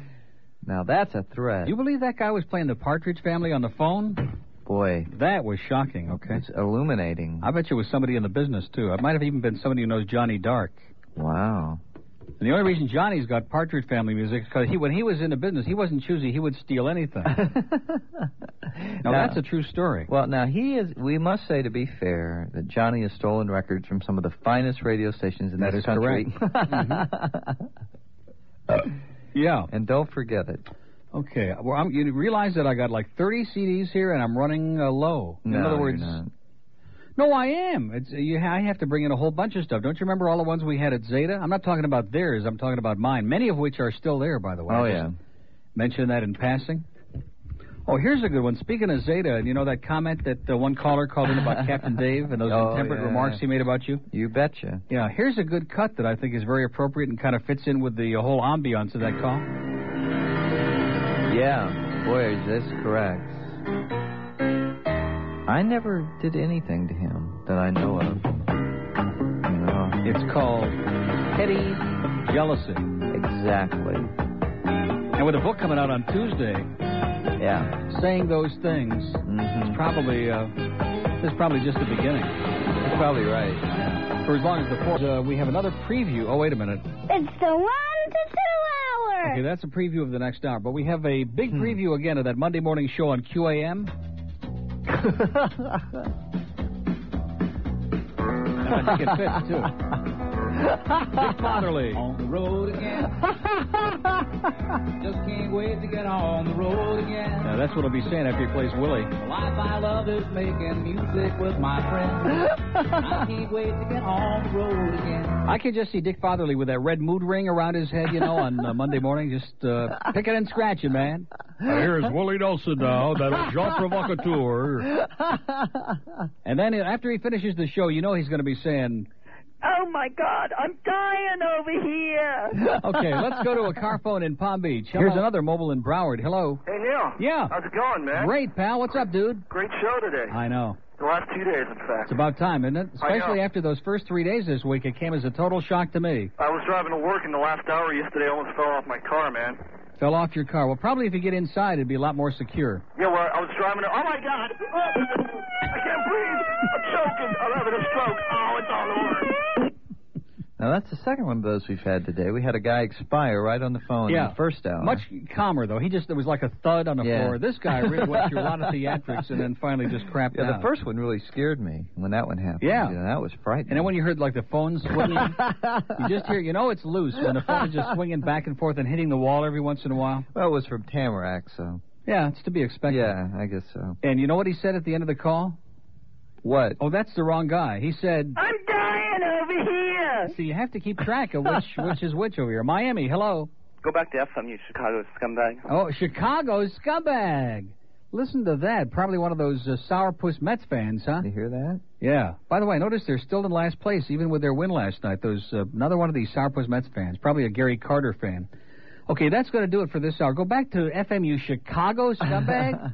Now that's a threat. You believe that guy was playing the Partridge Family on the phone? Boy, That was shocking, okay? it's illuminating. I bet you it was somebody in the business, too. It might have even been somebody who knows Johnny Dark. Wow. And the only reason Johnny's got Partridge Family music is because he, when he was in the business, he wasn't choosy. He would steal anything. now, Now- that's a true story. Well, now he is. We must say, to be fair, that Johnny has stolen records from some of the finest radio stations in That this is country. Yeah. and don't forget it. Okay. Well, I'm, you realize that I got like 30 CDs here and I'm running uh, low. In no, other you're words, not. no, I am. It's uh, you. ha- I have to bring in a whole bunch of stuff. Don't you remember all the ones we had at Zeta? I'm not talking about theirs. I'm talking about mine. Many of which are still there, by the way. Oh I just yeah. mentioned that in passing. Oh, here's a good one. Speaking of Zeta, and you know that comment that uh, one caller called in about Captain Dave and those Oh, intemperate yeah. remarks he made about you. You betcha. Yeah, here's a good cut that I think is very appropriate and kind of fits in with the uh, whole ambiance of that call. Yeah. Boy, is this correct. I never did anything to him that I know of. You know. It's called Petty Jealousy. Exactly. And with a book coming out on Tuesday, Yeah. saying those things, Mhm. it's probably uh, it's probably just the beginning. You're probably right. For as long as the force, uh, we have another preview. Oh, wait a minute. It's the one to two hour. Okay, that's a preview of the next hour. But we have a big Hmm. preview again of that Monday morning show on QAM. And I think it fits too. Dick Potterly. On the road again. Just can't wait to get on the road again. Now that's what he'll be saying after he plays Willie. The life I love is making music with my friends. I can't wait to get on the road again. I can just see Dick Fatherly with that red mood ring around his head, you know, on uh, Monday morning, just uh, picking and scratching, man. Oh, Here is Willie Nelson now, that Jean Provocateur. And then after he finishes the show, you know he's going to be saying, Oh my God, I'm dying over here. okay, let's go to a car phone in Palm Beach. Here's another mobile in Broward. Hello. Hey, Neil. Yeah. How's it going, man? Great, pal. What's up, dude? Great show today. I know. The last two days, in fact. It's about time, isn't it? I know. Especially after those first three days this week, it came as a total shock to me. I was driving to work in the last hour yesterday. I almost fell off my car, man. Fell off your car. Well, probably if you get inside, it'd be a lot more secure. Yeah, well, I was driving. To, oh my God! Oh, I can't breathe. I'm choking. I'm having a stroke. Oh, it's all over. Now that's the second one of those we've had today. We had a guy expire right on the phone in Yeah. the first hour. Much calmer though. He just there was like a thud on the Uh, Yeah. floor. This guy really went through a lot of theatrics and then finally just crapped yeah, out. the first one really scared me when that one happened. Yeah. You know, that was frightening. And then when you heard like the phone swinging, you just hear, you know, it's loose when the phone is just swinging back and forth and hitting the wall every once in a while. well, it was from Tamarack, so Yeah, it's to be expected. yeah, I guess so. And you know what he said at the end of the call? What? Oh, that's the wrong guy. He said, I'm dying over here. "So you have to keep track of which which is which over here." Miami, hello. Go back to FM, you Chicago scumbag. Oh, Chicago scumbag. Listen to that. Probably one of those uh, sourpuss Mets fans, huh? You hear that? Yeah. By the way, notice they're still in last place, even with their win last night. Those uh, another one of these sourpuss Mets fans, probably a Gary Carter fan. Okay, that's going to do it for this hour. Go back to FMU Chicago scumbag.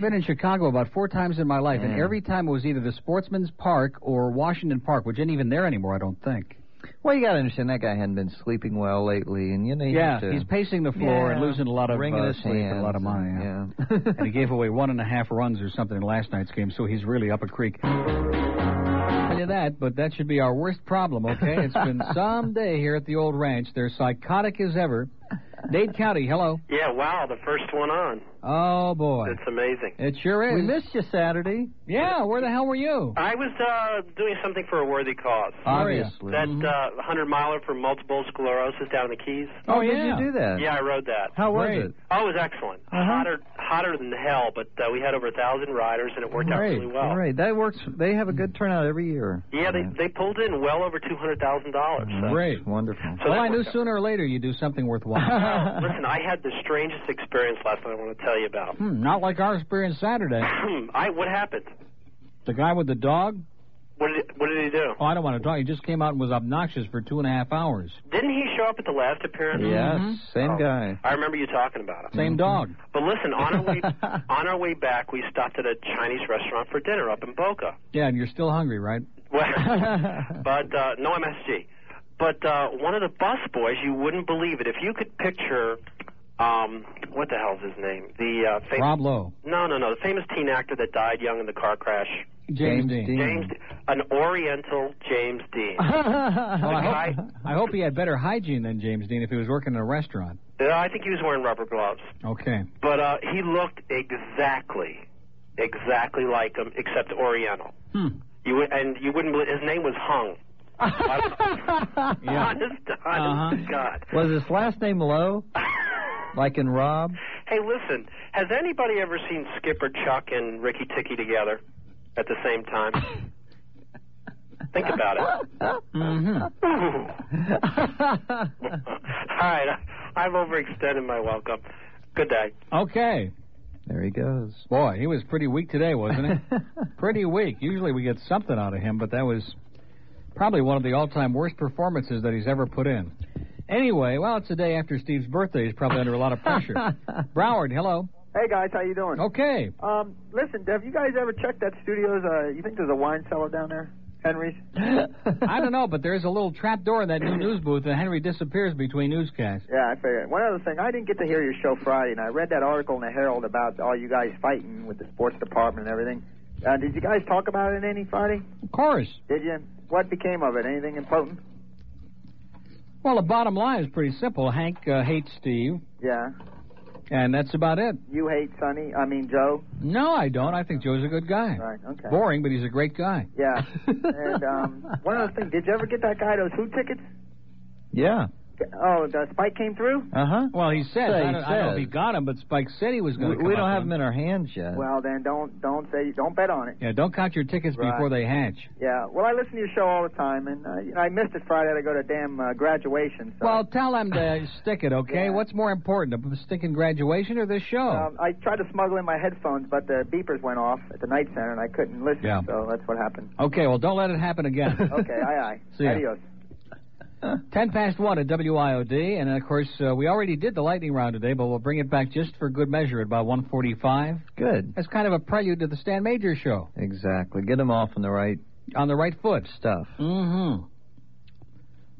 Been in Chicago about four times in my life, and Yeah. every time it was either the Sportsman's Park or Washington Park, which ain't even there anymore, I don't think. Well, you got to understand that guy hadn't been sleeping well lately, and you know. you yeah, have to- he's pacing the floor and Yeah. losing a lot of Wringing uh, his sleep and a lot of hands money. Yeah. and he gave away one and a half runs or something in last night's game, so he's really up a creek. Tell you that, but that should be our worst problem. Okay, it's been some day here at the old ranch. They're psychotic as ever. Dade County, hello. Yeah, wow, the first one on. Oh boy, It's amazing. it sure is. We missed you Saturday. Yeah, where the hell were you? I was uh, doing something for a worthy cause. Obviously. That uh, 100 miler for multiple sclerosis down in the Keys. Oh, did you do that? Yeah, I rode that. How was Great. it? Oh, it was excellent. Uh-huh. Hotter, hotter than hell, but uh, we had over a thousand riders and it worked out Great. really well. All right, that works. They have a good turnout every year. Yeah, they they pulled in well over two hundred thousand dollars. So. Great, wonderful. So well, that I knew worked out. sooner or later you'd do something worthwhile. Well, Listen, I had the strangest experience last night. I want to tell you about. hmm, not like our experience Saturday. I what happened? The guy with the dog. What did what did he do? Oh, I don't want to talk. He just came out and was obnoxious for two and a half hours. Didn't he show up at the last appearance? same guy. I remember you talking about it. Same dog. But listen, on our way on our way back, we stopped at a Chinese restaurant for dinner up in Boca. Yeah, and you're still hungry, right? Well, but uh, no MSG. But uh, one of the bus boys, you wouldn't believe it. If you could picture, um, what the hell's his name? The uh, famous Rob Lowe. no, no, no, the famous teen actor that died young in the car crash. James, Dean. James, an Oriental James Dean. Well, The I, guy- Oh, hope, I hope he had better hygiene than James Dean if he was working in a restaurant. Yeah, I think he was wearing rubber gloves. Okay. But uh, he looked exactly, exactly like him, except Oriental. Hmm. You would, and you wouldn't believe his name was Hung. Honest, honest to God. Was his last name Lowe? like in Rob? Hey, listen, has anybody ever seen Skipper Chuck and Ricky Ticky together at the same time? Think about it. Hmm, mm-hmm. All right, I- I've overextended my welcome. Good day. Okay. There he goes. Boy, he was pretty weak today, wasn't he? pretty weak. Usually we get something out of him, but that was probably one of the all-time worst performances that he's ever put in. Anyway, well, it's the day after Steve's birthday. He's probably under a lot of pressure. Broward, hello. Hey guys, how you doing? Okay. Um, listen, have you guys ever checked that studio's? Uh, you think there's a wine cellar down there, Henry's? I don't know, but there is a little trap door in that new news booth, and Henry disappears between newscasts. Yeah, I figured. One other thing, I didn't get to hear your show Friday, and I read that article in the Herald about all you guys fighting with the sports department and everything. Uh, did you guys talk about it any Friday? Of course. Did you? What became of it? Anything important? Well, the bottom line is pretty simple. Hank uh, hates Steve, Yeah. and that's about it. You hate Sonny? I mean Joe? No, I don't. I think Joe's a good guy. Right. Okay. Boring, but he's a great guy. Yeah. and um, one other thing, did you ever get that guy those Who tickets? Yeah. Oh, the Spike came through. Uh huh. Well, he said. Say I, he don't, I don't know if says. he got him, but Spike said he was going We, to. we don't have them in our hands Uh. yet. Well, then don't don't say don't bet on it. Yeah, don't count your tickets Right. before they hatch. Yeah. Well, I listen to your show all the time, and uh, you know, I missed it Friday. I had to go to damn uh, graduation. So Well, tell them to stick it, okay? What's more important, a stinking graduation or this show? um, I tried to smuggle in my headphones, but the beepers went off at the night center, and I couldn't listen. Yeah. So that's what happened. okay, well, don't let it happen again. okay. Aye aye. See ya. Adios. 10 past 1 at WIOD, and of course, uh, we already did the lightning round today, but we'll bring it back just for good measure at about 145. Good. That's kind of a prelude to the Stan Major show. Exactly. Get them off on the right on the right foot stuff. Mm-hmm.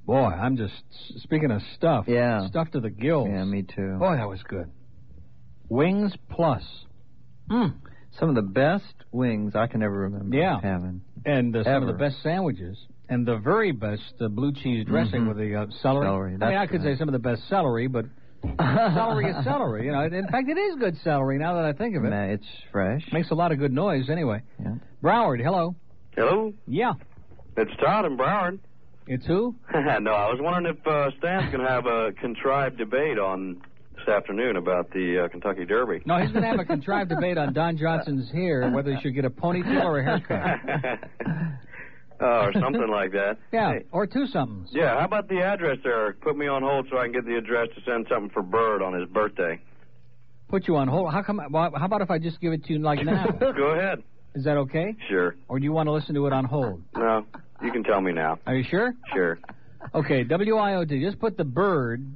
Boy, I'm just speaking of stuff. Yeah. Stuff to the gills. Yeah, me too. Boy, that was good. Wings Plus. Hmm. Some of the best wings I can ever remember. Yeah. Having. And uh, some of Ever. the best sandwiches. And the very best uh, blue cheese dressing Mhm. with the uh, celery. Celery, I mean, that's I could say nice. some of the best celery, but celery is celery. You know, in fact, it is good celery now that I think of it. Nah, it's fresh. Makes a lot of good noise anyway. Yeah. Broward, hello. Hello? Yeah. It's Todd in Broward. It's who? no, I was wondering if uh, Stan's going to have a contrived debate on this afternoon about the uh, Kentucky Derby. No, he's going to have a contrived debate on Don Johnson's hair and whether he should get a ponytail or a haircut. uh, or something like that. Yeah, Hey, or two somethings. yeah, how about the address there? Put me on hold so I can get the address to send something for Bird on his birthday. Put you on hold. How come? Well, how about if I just give it to you like now? Go ahead. Is that okay? Sure. Or do you want to listen to it on hold? No, you can tell me now. Are you sure? Sure. Okay, WIOD. Just put the bird.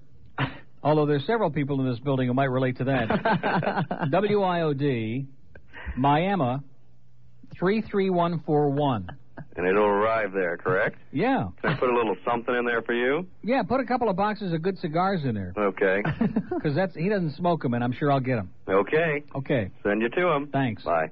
Although there's several people in this building who might relate to that. WIOD, Miami, three three one four one. And it'll arrive there, correct? Yeah, Can I put a little something in there for you? yeah. Put a couple of boxes of good cigars in there, Okay. because that's he doesn't smoke them, and I'm sure I'll get them. Okay. Okay. Send you to him. Thanks. Bye.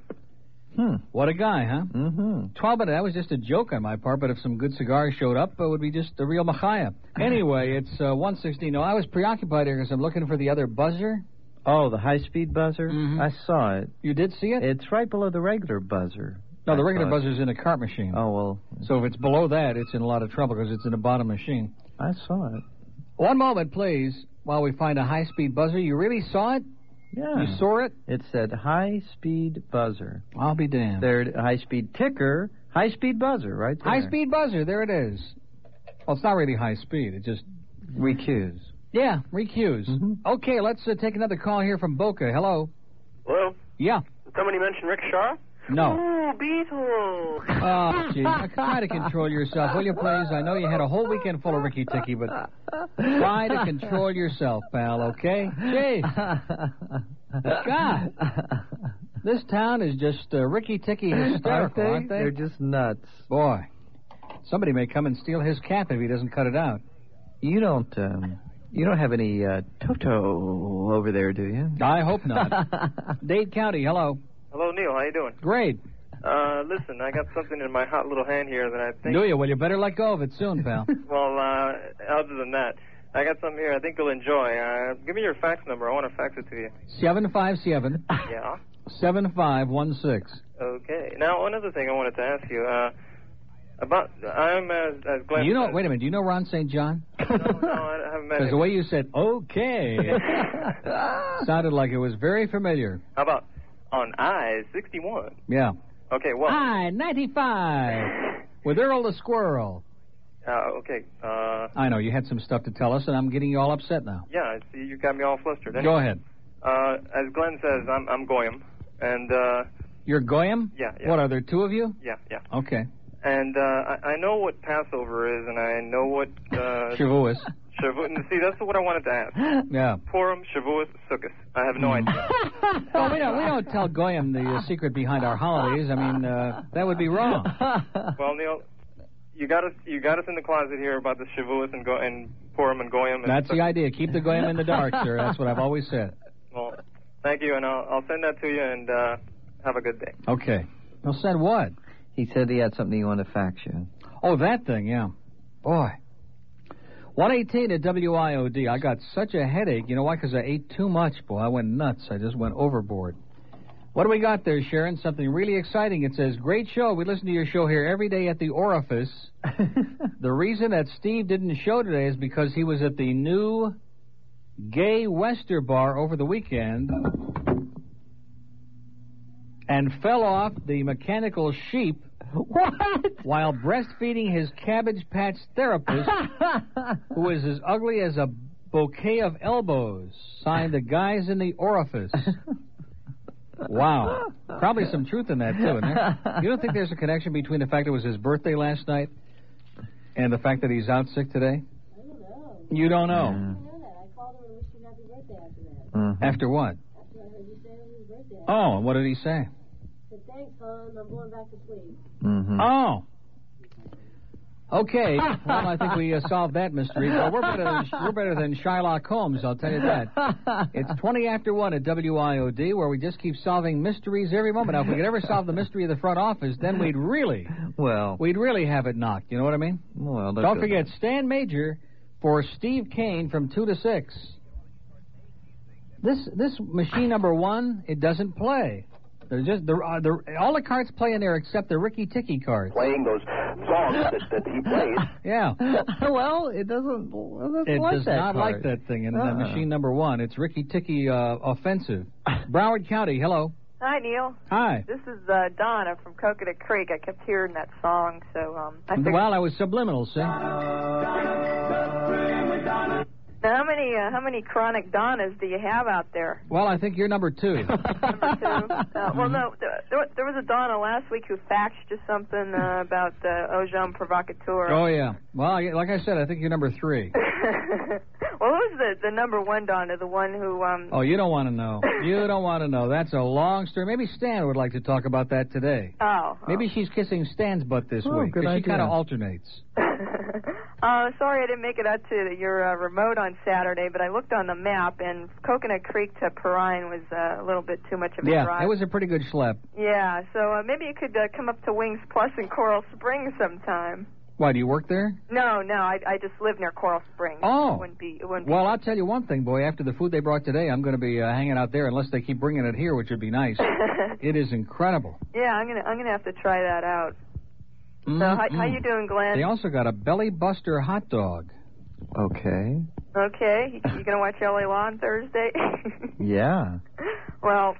Hmm. What a guy, huh? Mm-hmm. 12 minutes. That was just a joke on my part, but if some good cigars showed up, it would be just the real Machia. Anyway, it's uh, 116. No, I was preoccupied here because I'm looking for the other buzzer. Oh, the high-speed buzzer. I saw it. You Mm-hmm. did see it? It's right below the regular buzzer. No, I the regular thought. buzzer's in a cart machine. Oh well, So if it's below that, it's in a lot of trouble because it's in the bottom machine. I saw it. One moment, please, while we find a high speed buzzer. You really saw it? Yeah. You saw it? It said high-speed buzzer. I'll be damned. There, high-speed ticker, high-speed buzzer, right there. High speed buzzer. There it is. Well, it's not really high speed. It just. recues. Yeah, recues. Mm-hmm. Okay, let's uh, take another call here from Boca. Hello. Hello? Yeah. Somebody mentioned Rick Shaw? No. Ooh, Beetle. Oh, gee. Now, Try to control yourself, will you, please? I know you had a whole weekend full of Ricky Ticky, but try to control yourself, pal, okay? Gee. God. This town is just uh, Ricky Ticky hysterical, Aren't they? aren't they? They're just nuts. Boy. Somebody may come and steal his cap if he doesn't cut it out. You don't, um, you don't have any uh, Toto over there, do you? I hope not. Dade County, hello. Hello, Neil. How you doing? Great. Uh, listen, I got something in my hot little hand here that I think. Do you? Well, you better let go of it soon, pal. Well, uh, other than that, I got something here I think you'll enjoy. Uh, give me your fax number. I want to fax it to you. 757 Yeah. 7516. Okay. Now, another thing I wanted to ask you. Uh, about I'm as, as glad. You know, as- wait a minute. Do you know Ron St. John? No, I haven't met Because him. the way you said "okay" sounded like it was very familiar. How about on I sixty one? Yeah. Okay. Well. I ninety five with Earl the Squirrel. Uh, okay. Uh, I know you had some stuff to tell us, and I'm getting you all upset now. yeah. I See, you got me all flustered. Go ahead. Uh, as Glenn says, I'm I'm Goyim, and uh, You're Goyim. Yeah, yeah. What are there two of you? yeah, yeah. Okay. And uh, I, I know what Passover is, and I know what uh, Shavuos. Shavu- and See, that's what I wanted to ask. Yeah. Purim, Shavuos, Sukkot. I have no idea. Well, we don't we don't tell Goyim the uh, secret behind our holidays. I mean, uh, that would be wrong. well, Neil, you got us. You got us in the closet here about the Shavuos and Go- and Purim and Goyim. And That's the Sukkot. idea. Keep the Goyim in the dark, sir. That's what I've always said. Well, thank you, and I'll, I'll send that to you, and uh, have a good day. Okay. Well, said what? He said he had something he wanted to fax you. Oh, that thing, yeah. Boy. 118 at WIOD. I got such a headache. You know why? Because I ate too much, boy. I went nuts. I just went overboard. What do we got there, Sharon? Something really exciting. It says, Great show. We listen to your show here every day at the orifice. the reason that Steve didn't show today is because he was at the new gay Wester bar over the weekend and fell off the mechanical sheep while breastfeeding his cabbage patch therapist, who is as ugly as a bouquet of elbows. Signed the guys in the orifice. Wow. Probably some truth in that, too, isn't there? You don't think there's a connection between the fact it was his birthday last night and the fact that he's out sick today? You don't know. After what? Oh, and what did he say? Thanks, Mom. I'm going back to sleep. Oh. Okay. Well, I think we uh, solved that mystery. Well, we're better than we're better than Shylock Holmes. I'll tell you that. It's twenty after one at WIOD, where we just keep solving mysteries every moment. Now, if we could ever solve the mystery of the front office, then we'd really, Well, we'd really have it knocked. You know what I mean? well, that's Don't a- forget Stan Major for Steve Kane from two to six. This this machine number one, it doesn't play. They're just they're, uh, they're, all the cards play in there except the Ricky Ticky cards. Playing those songs that, that he plays. Yeah. well, it doesn't. It doesn't It like does that not part. like that thing in Uh-uh. that machine number one. It's Ricky Ticky uh, offensive. Broward County, hello. Hi, Neil. Hi. This is uh, Donna from Coconut Creek. I kept hearing that song, so um, I figured. Well, I was subliminal, see? Now, how many uh, how many chronic Donnas do you have out there? Well, I think you're number two. Uh, well, no, there, there wa- there was a Donna last week who faxed you something uh, about uh, Ojam provocateur. oh yeah. Well, I- like I said, I think you're number three. well, who was the the number one Donna? The one who um. Oh, you don't want to know. You don't want to know. That's a long story. Maybe Stan would like to talk about that today. Oh. Maybe she's kissing Stan's butt this Oh, week good she kind idea. of alternates. Uh, sorry, I didn't make it out to your uh, remote on Saturday, but I looked on the map, and Coconut Creek to Perrine was uh, a little bit too much of a Yeah, drive. it was a pretty good schlep. Yeah, so uh, maybe you could uh, come up to Wings Plus in Coral Springs sometime. Why do you work there? No, no, I, I just live near Coral Springs. Oh. It wouldn't be. It wouldn't Well, I'll tell you one thing, boy. After the food they brought today, I'm going to be uh, hanging out there unless they keep bringing it here, which would be nice. be. it is incredible. yeah, I'm gonna I'm gonna have to try that out. So how, how you doing, Glenn? Mm-hmm. They also got a belly buster hot dog. Okay. Okay, you, you gonna watch LA Law on Thursday? Yeah. well,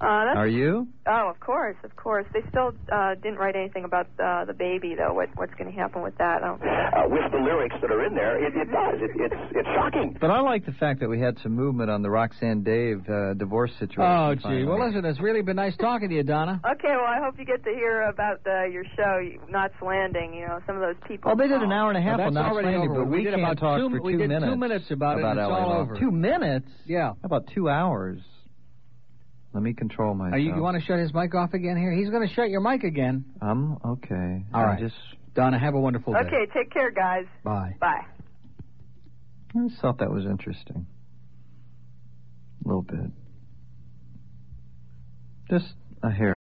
uh, that's Are you? Oh, of course, of course. They still uh, didn't write anything about uh, the baby, though. What, what's going to happen with that? I don't Uh, with the lyrics that are in there, it, it does. It, it's it's shocking. But I like the fact that we had some movement on the Roxanne Dave uh, divorce situation. Oh, gee. finally. Well, listen, it's really been nice talking to you, Donna. Okay, well, I hope you get to hear about uh, your show, Knots Landing. You know, some of those people. Well, they did an hour and a half Well, on that's Knots already Landing, over. but We we, did can't about talk two- for we two did two minutes. minutes about it, and it's LA all law. over. Two minutes? How Yeah. about two hours? Let me control myself. Are you, you want to shut his mic off again here? He's going to shut your mic again. I'm okay. All I right. Just Donna, have a wonderful day. Okay, take care, guys. Bye. Bye. I just thought that was interesting. A little bit. Just a hair.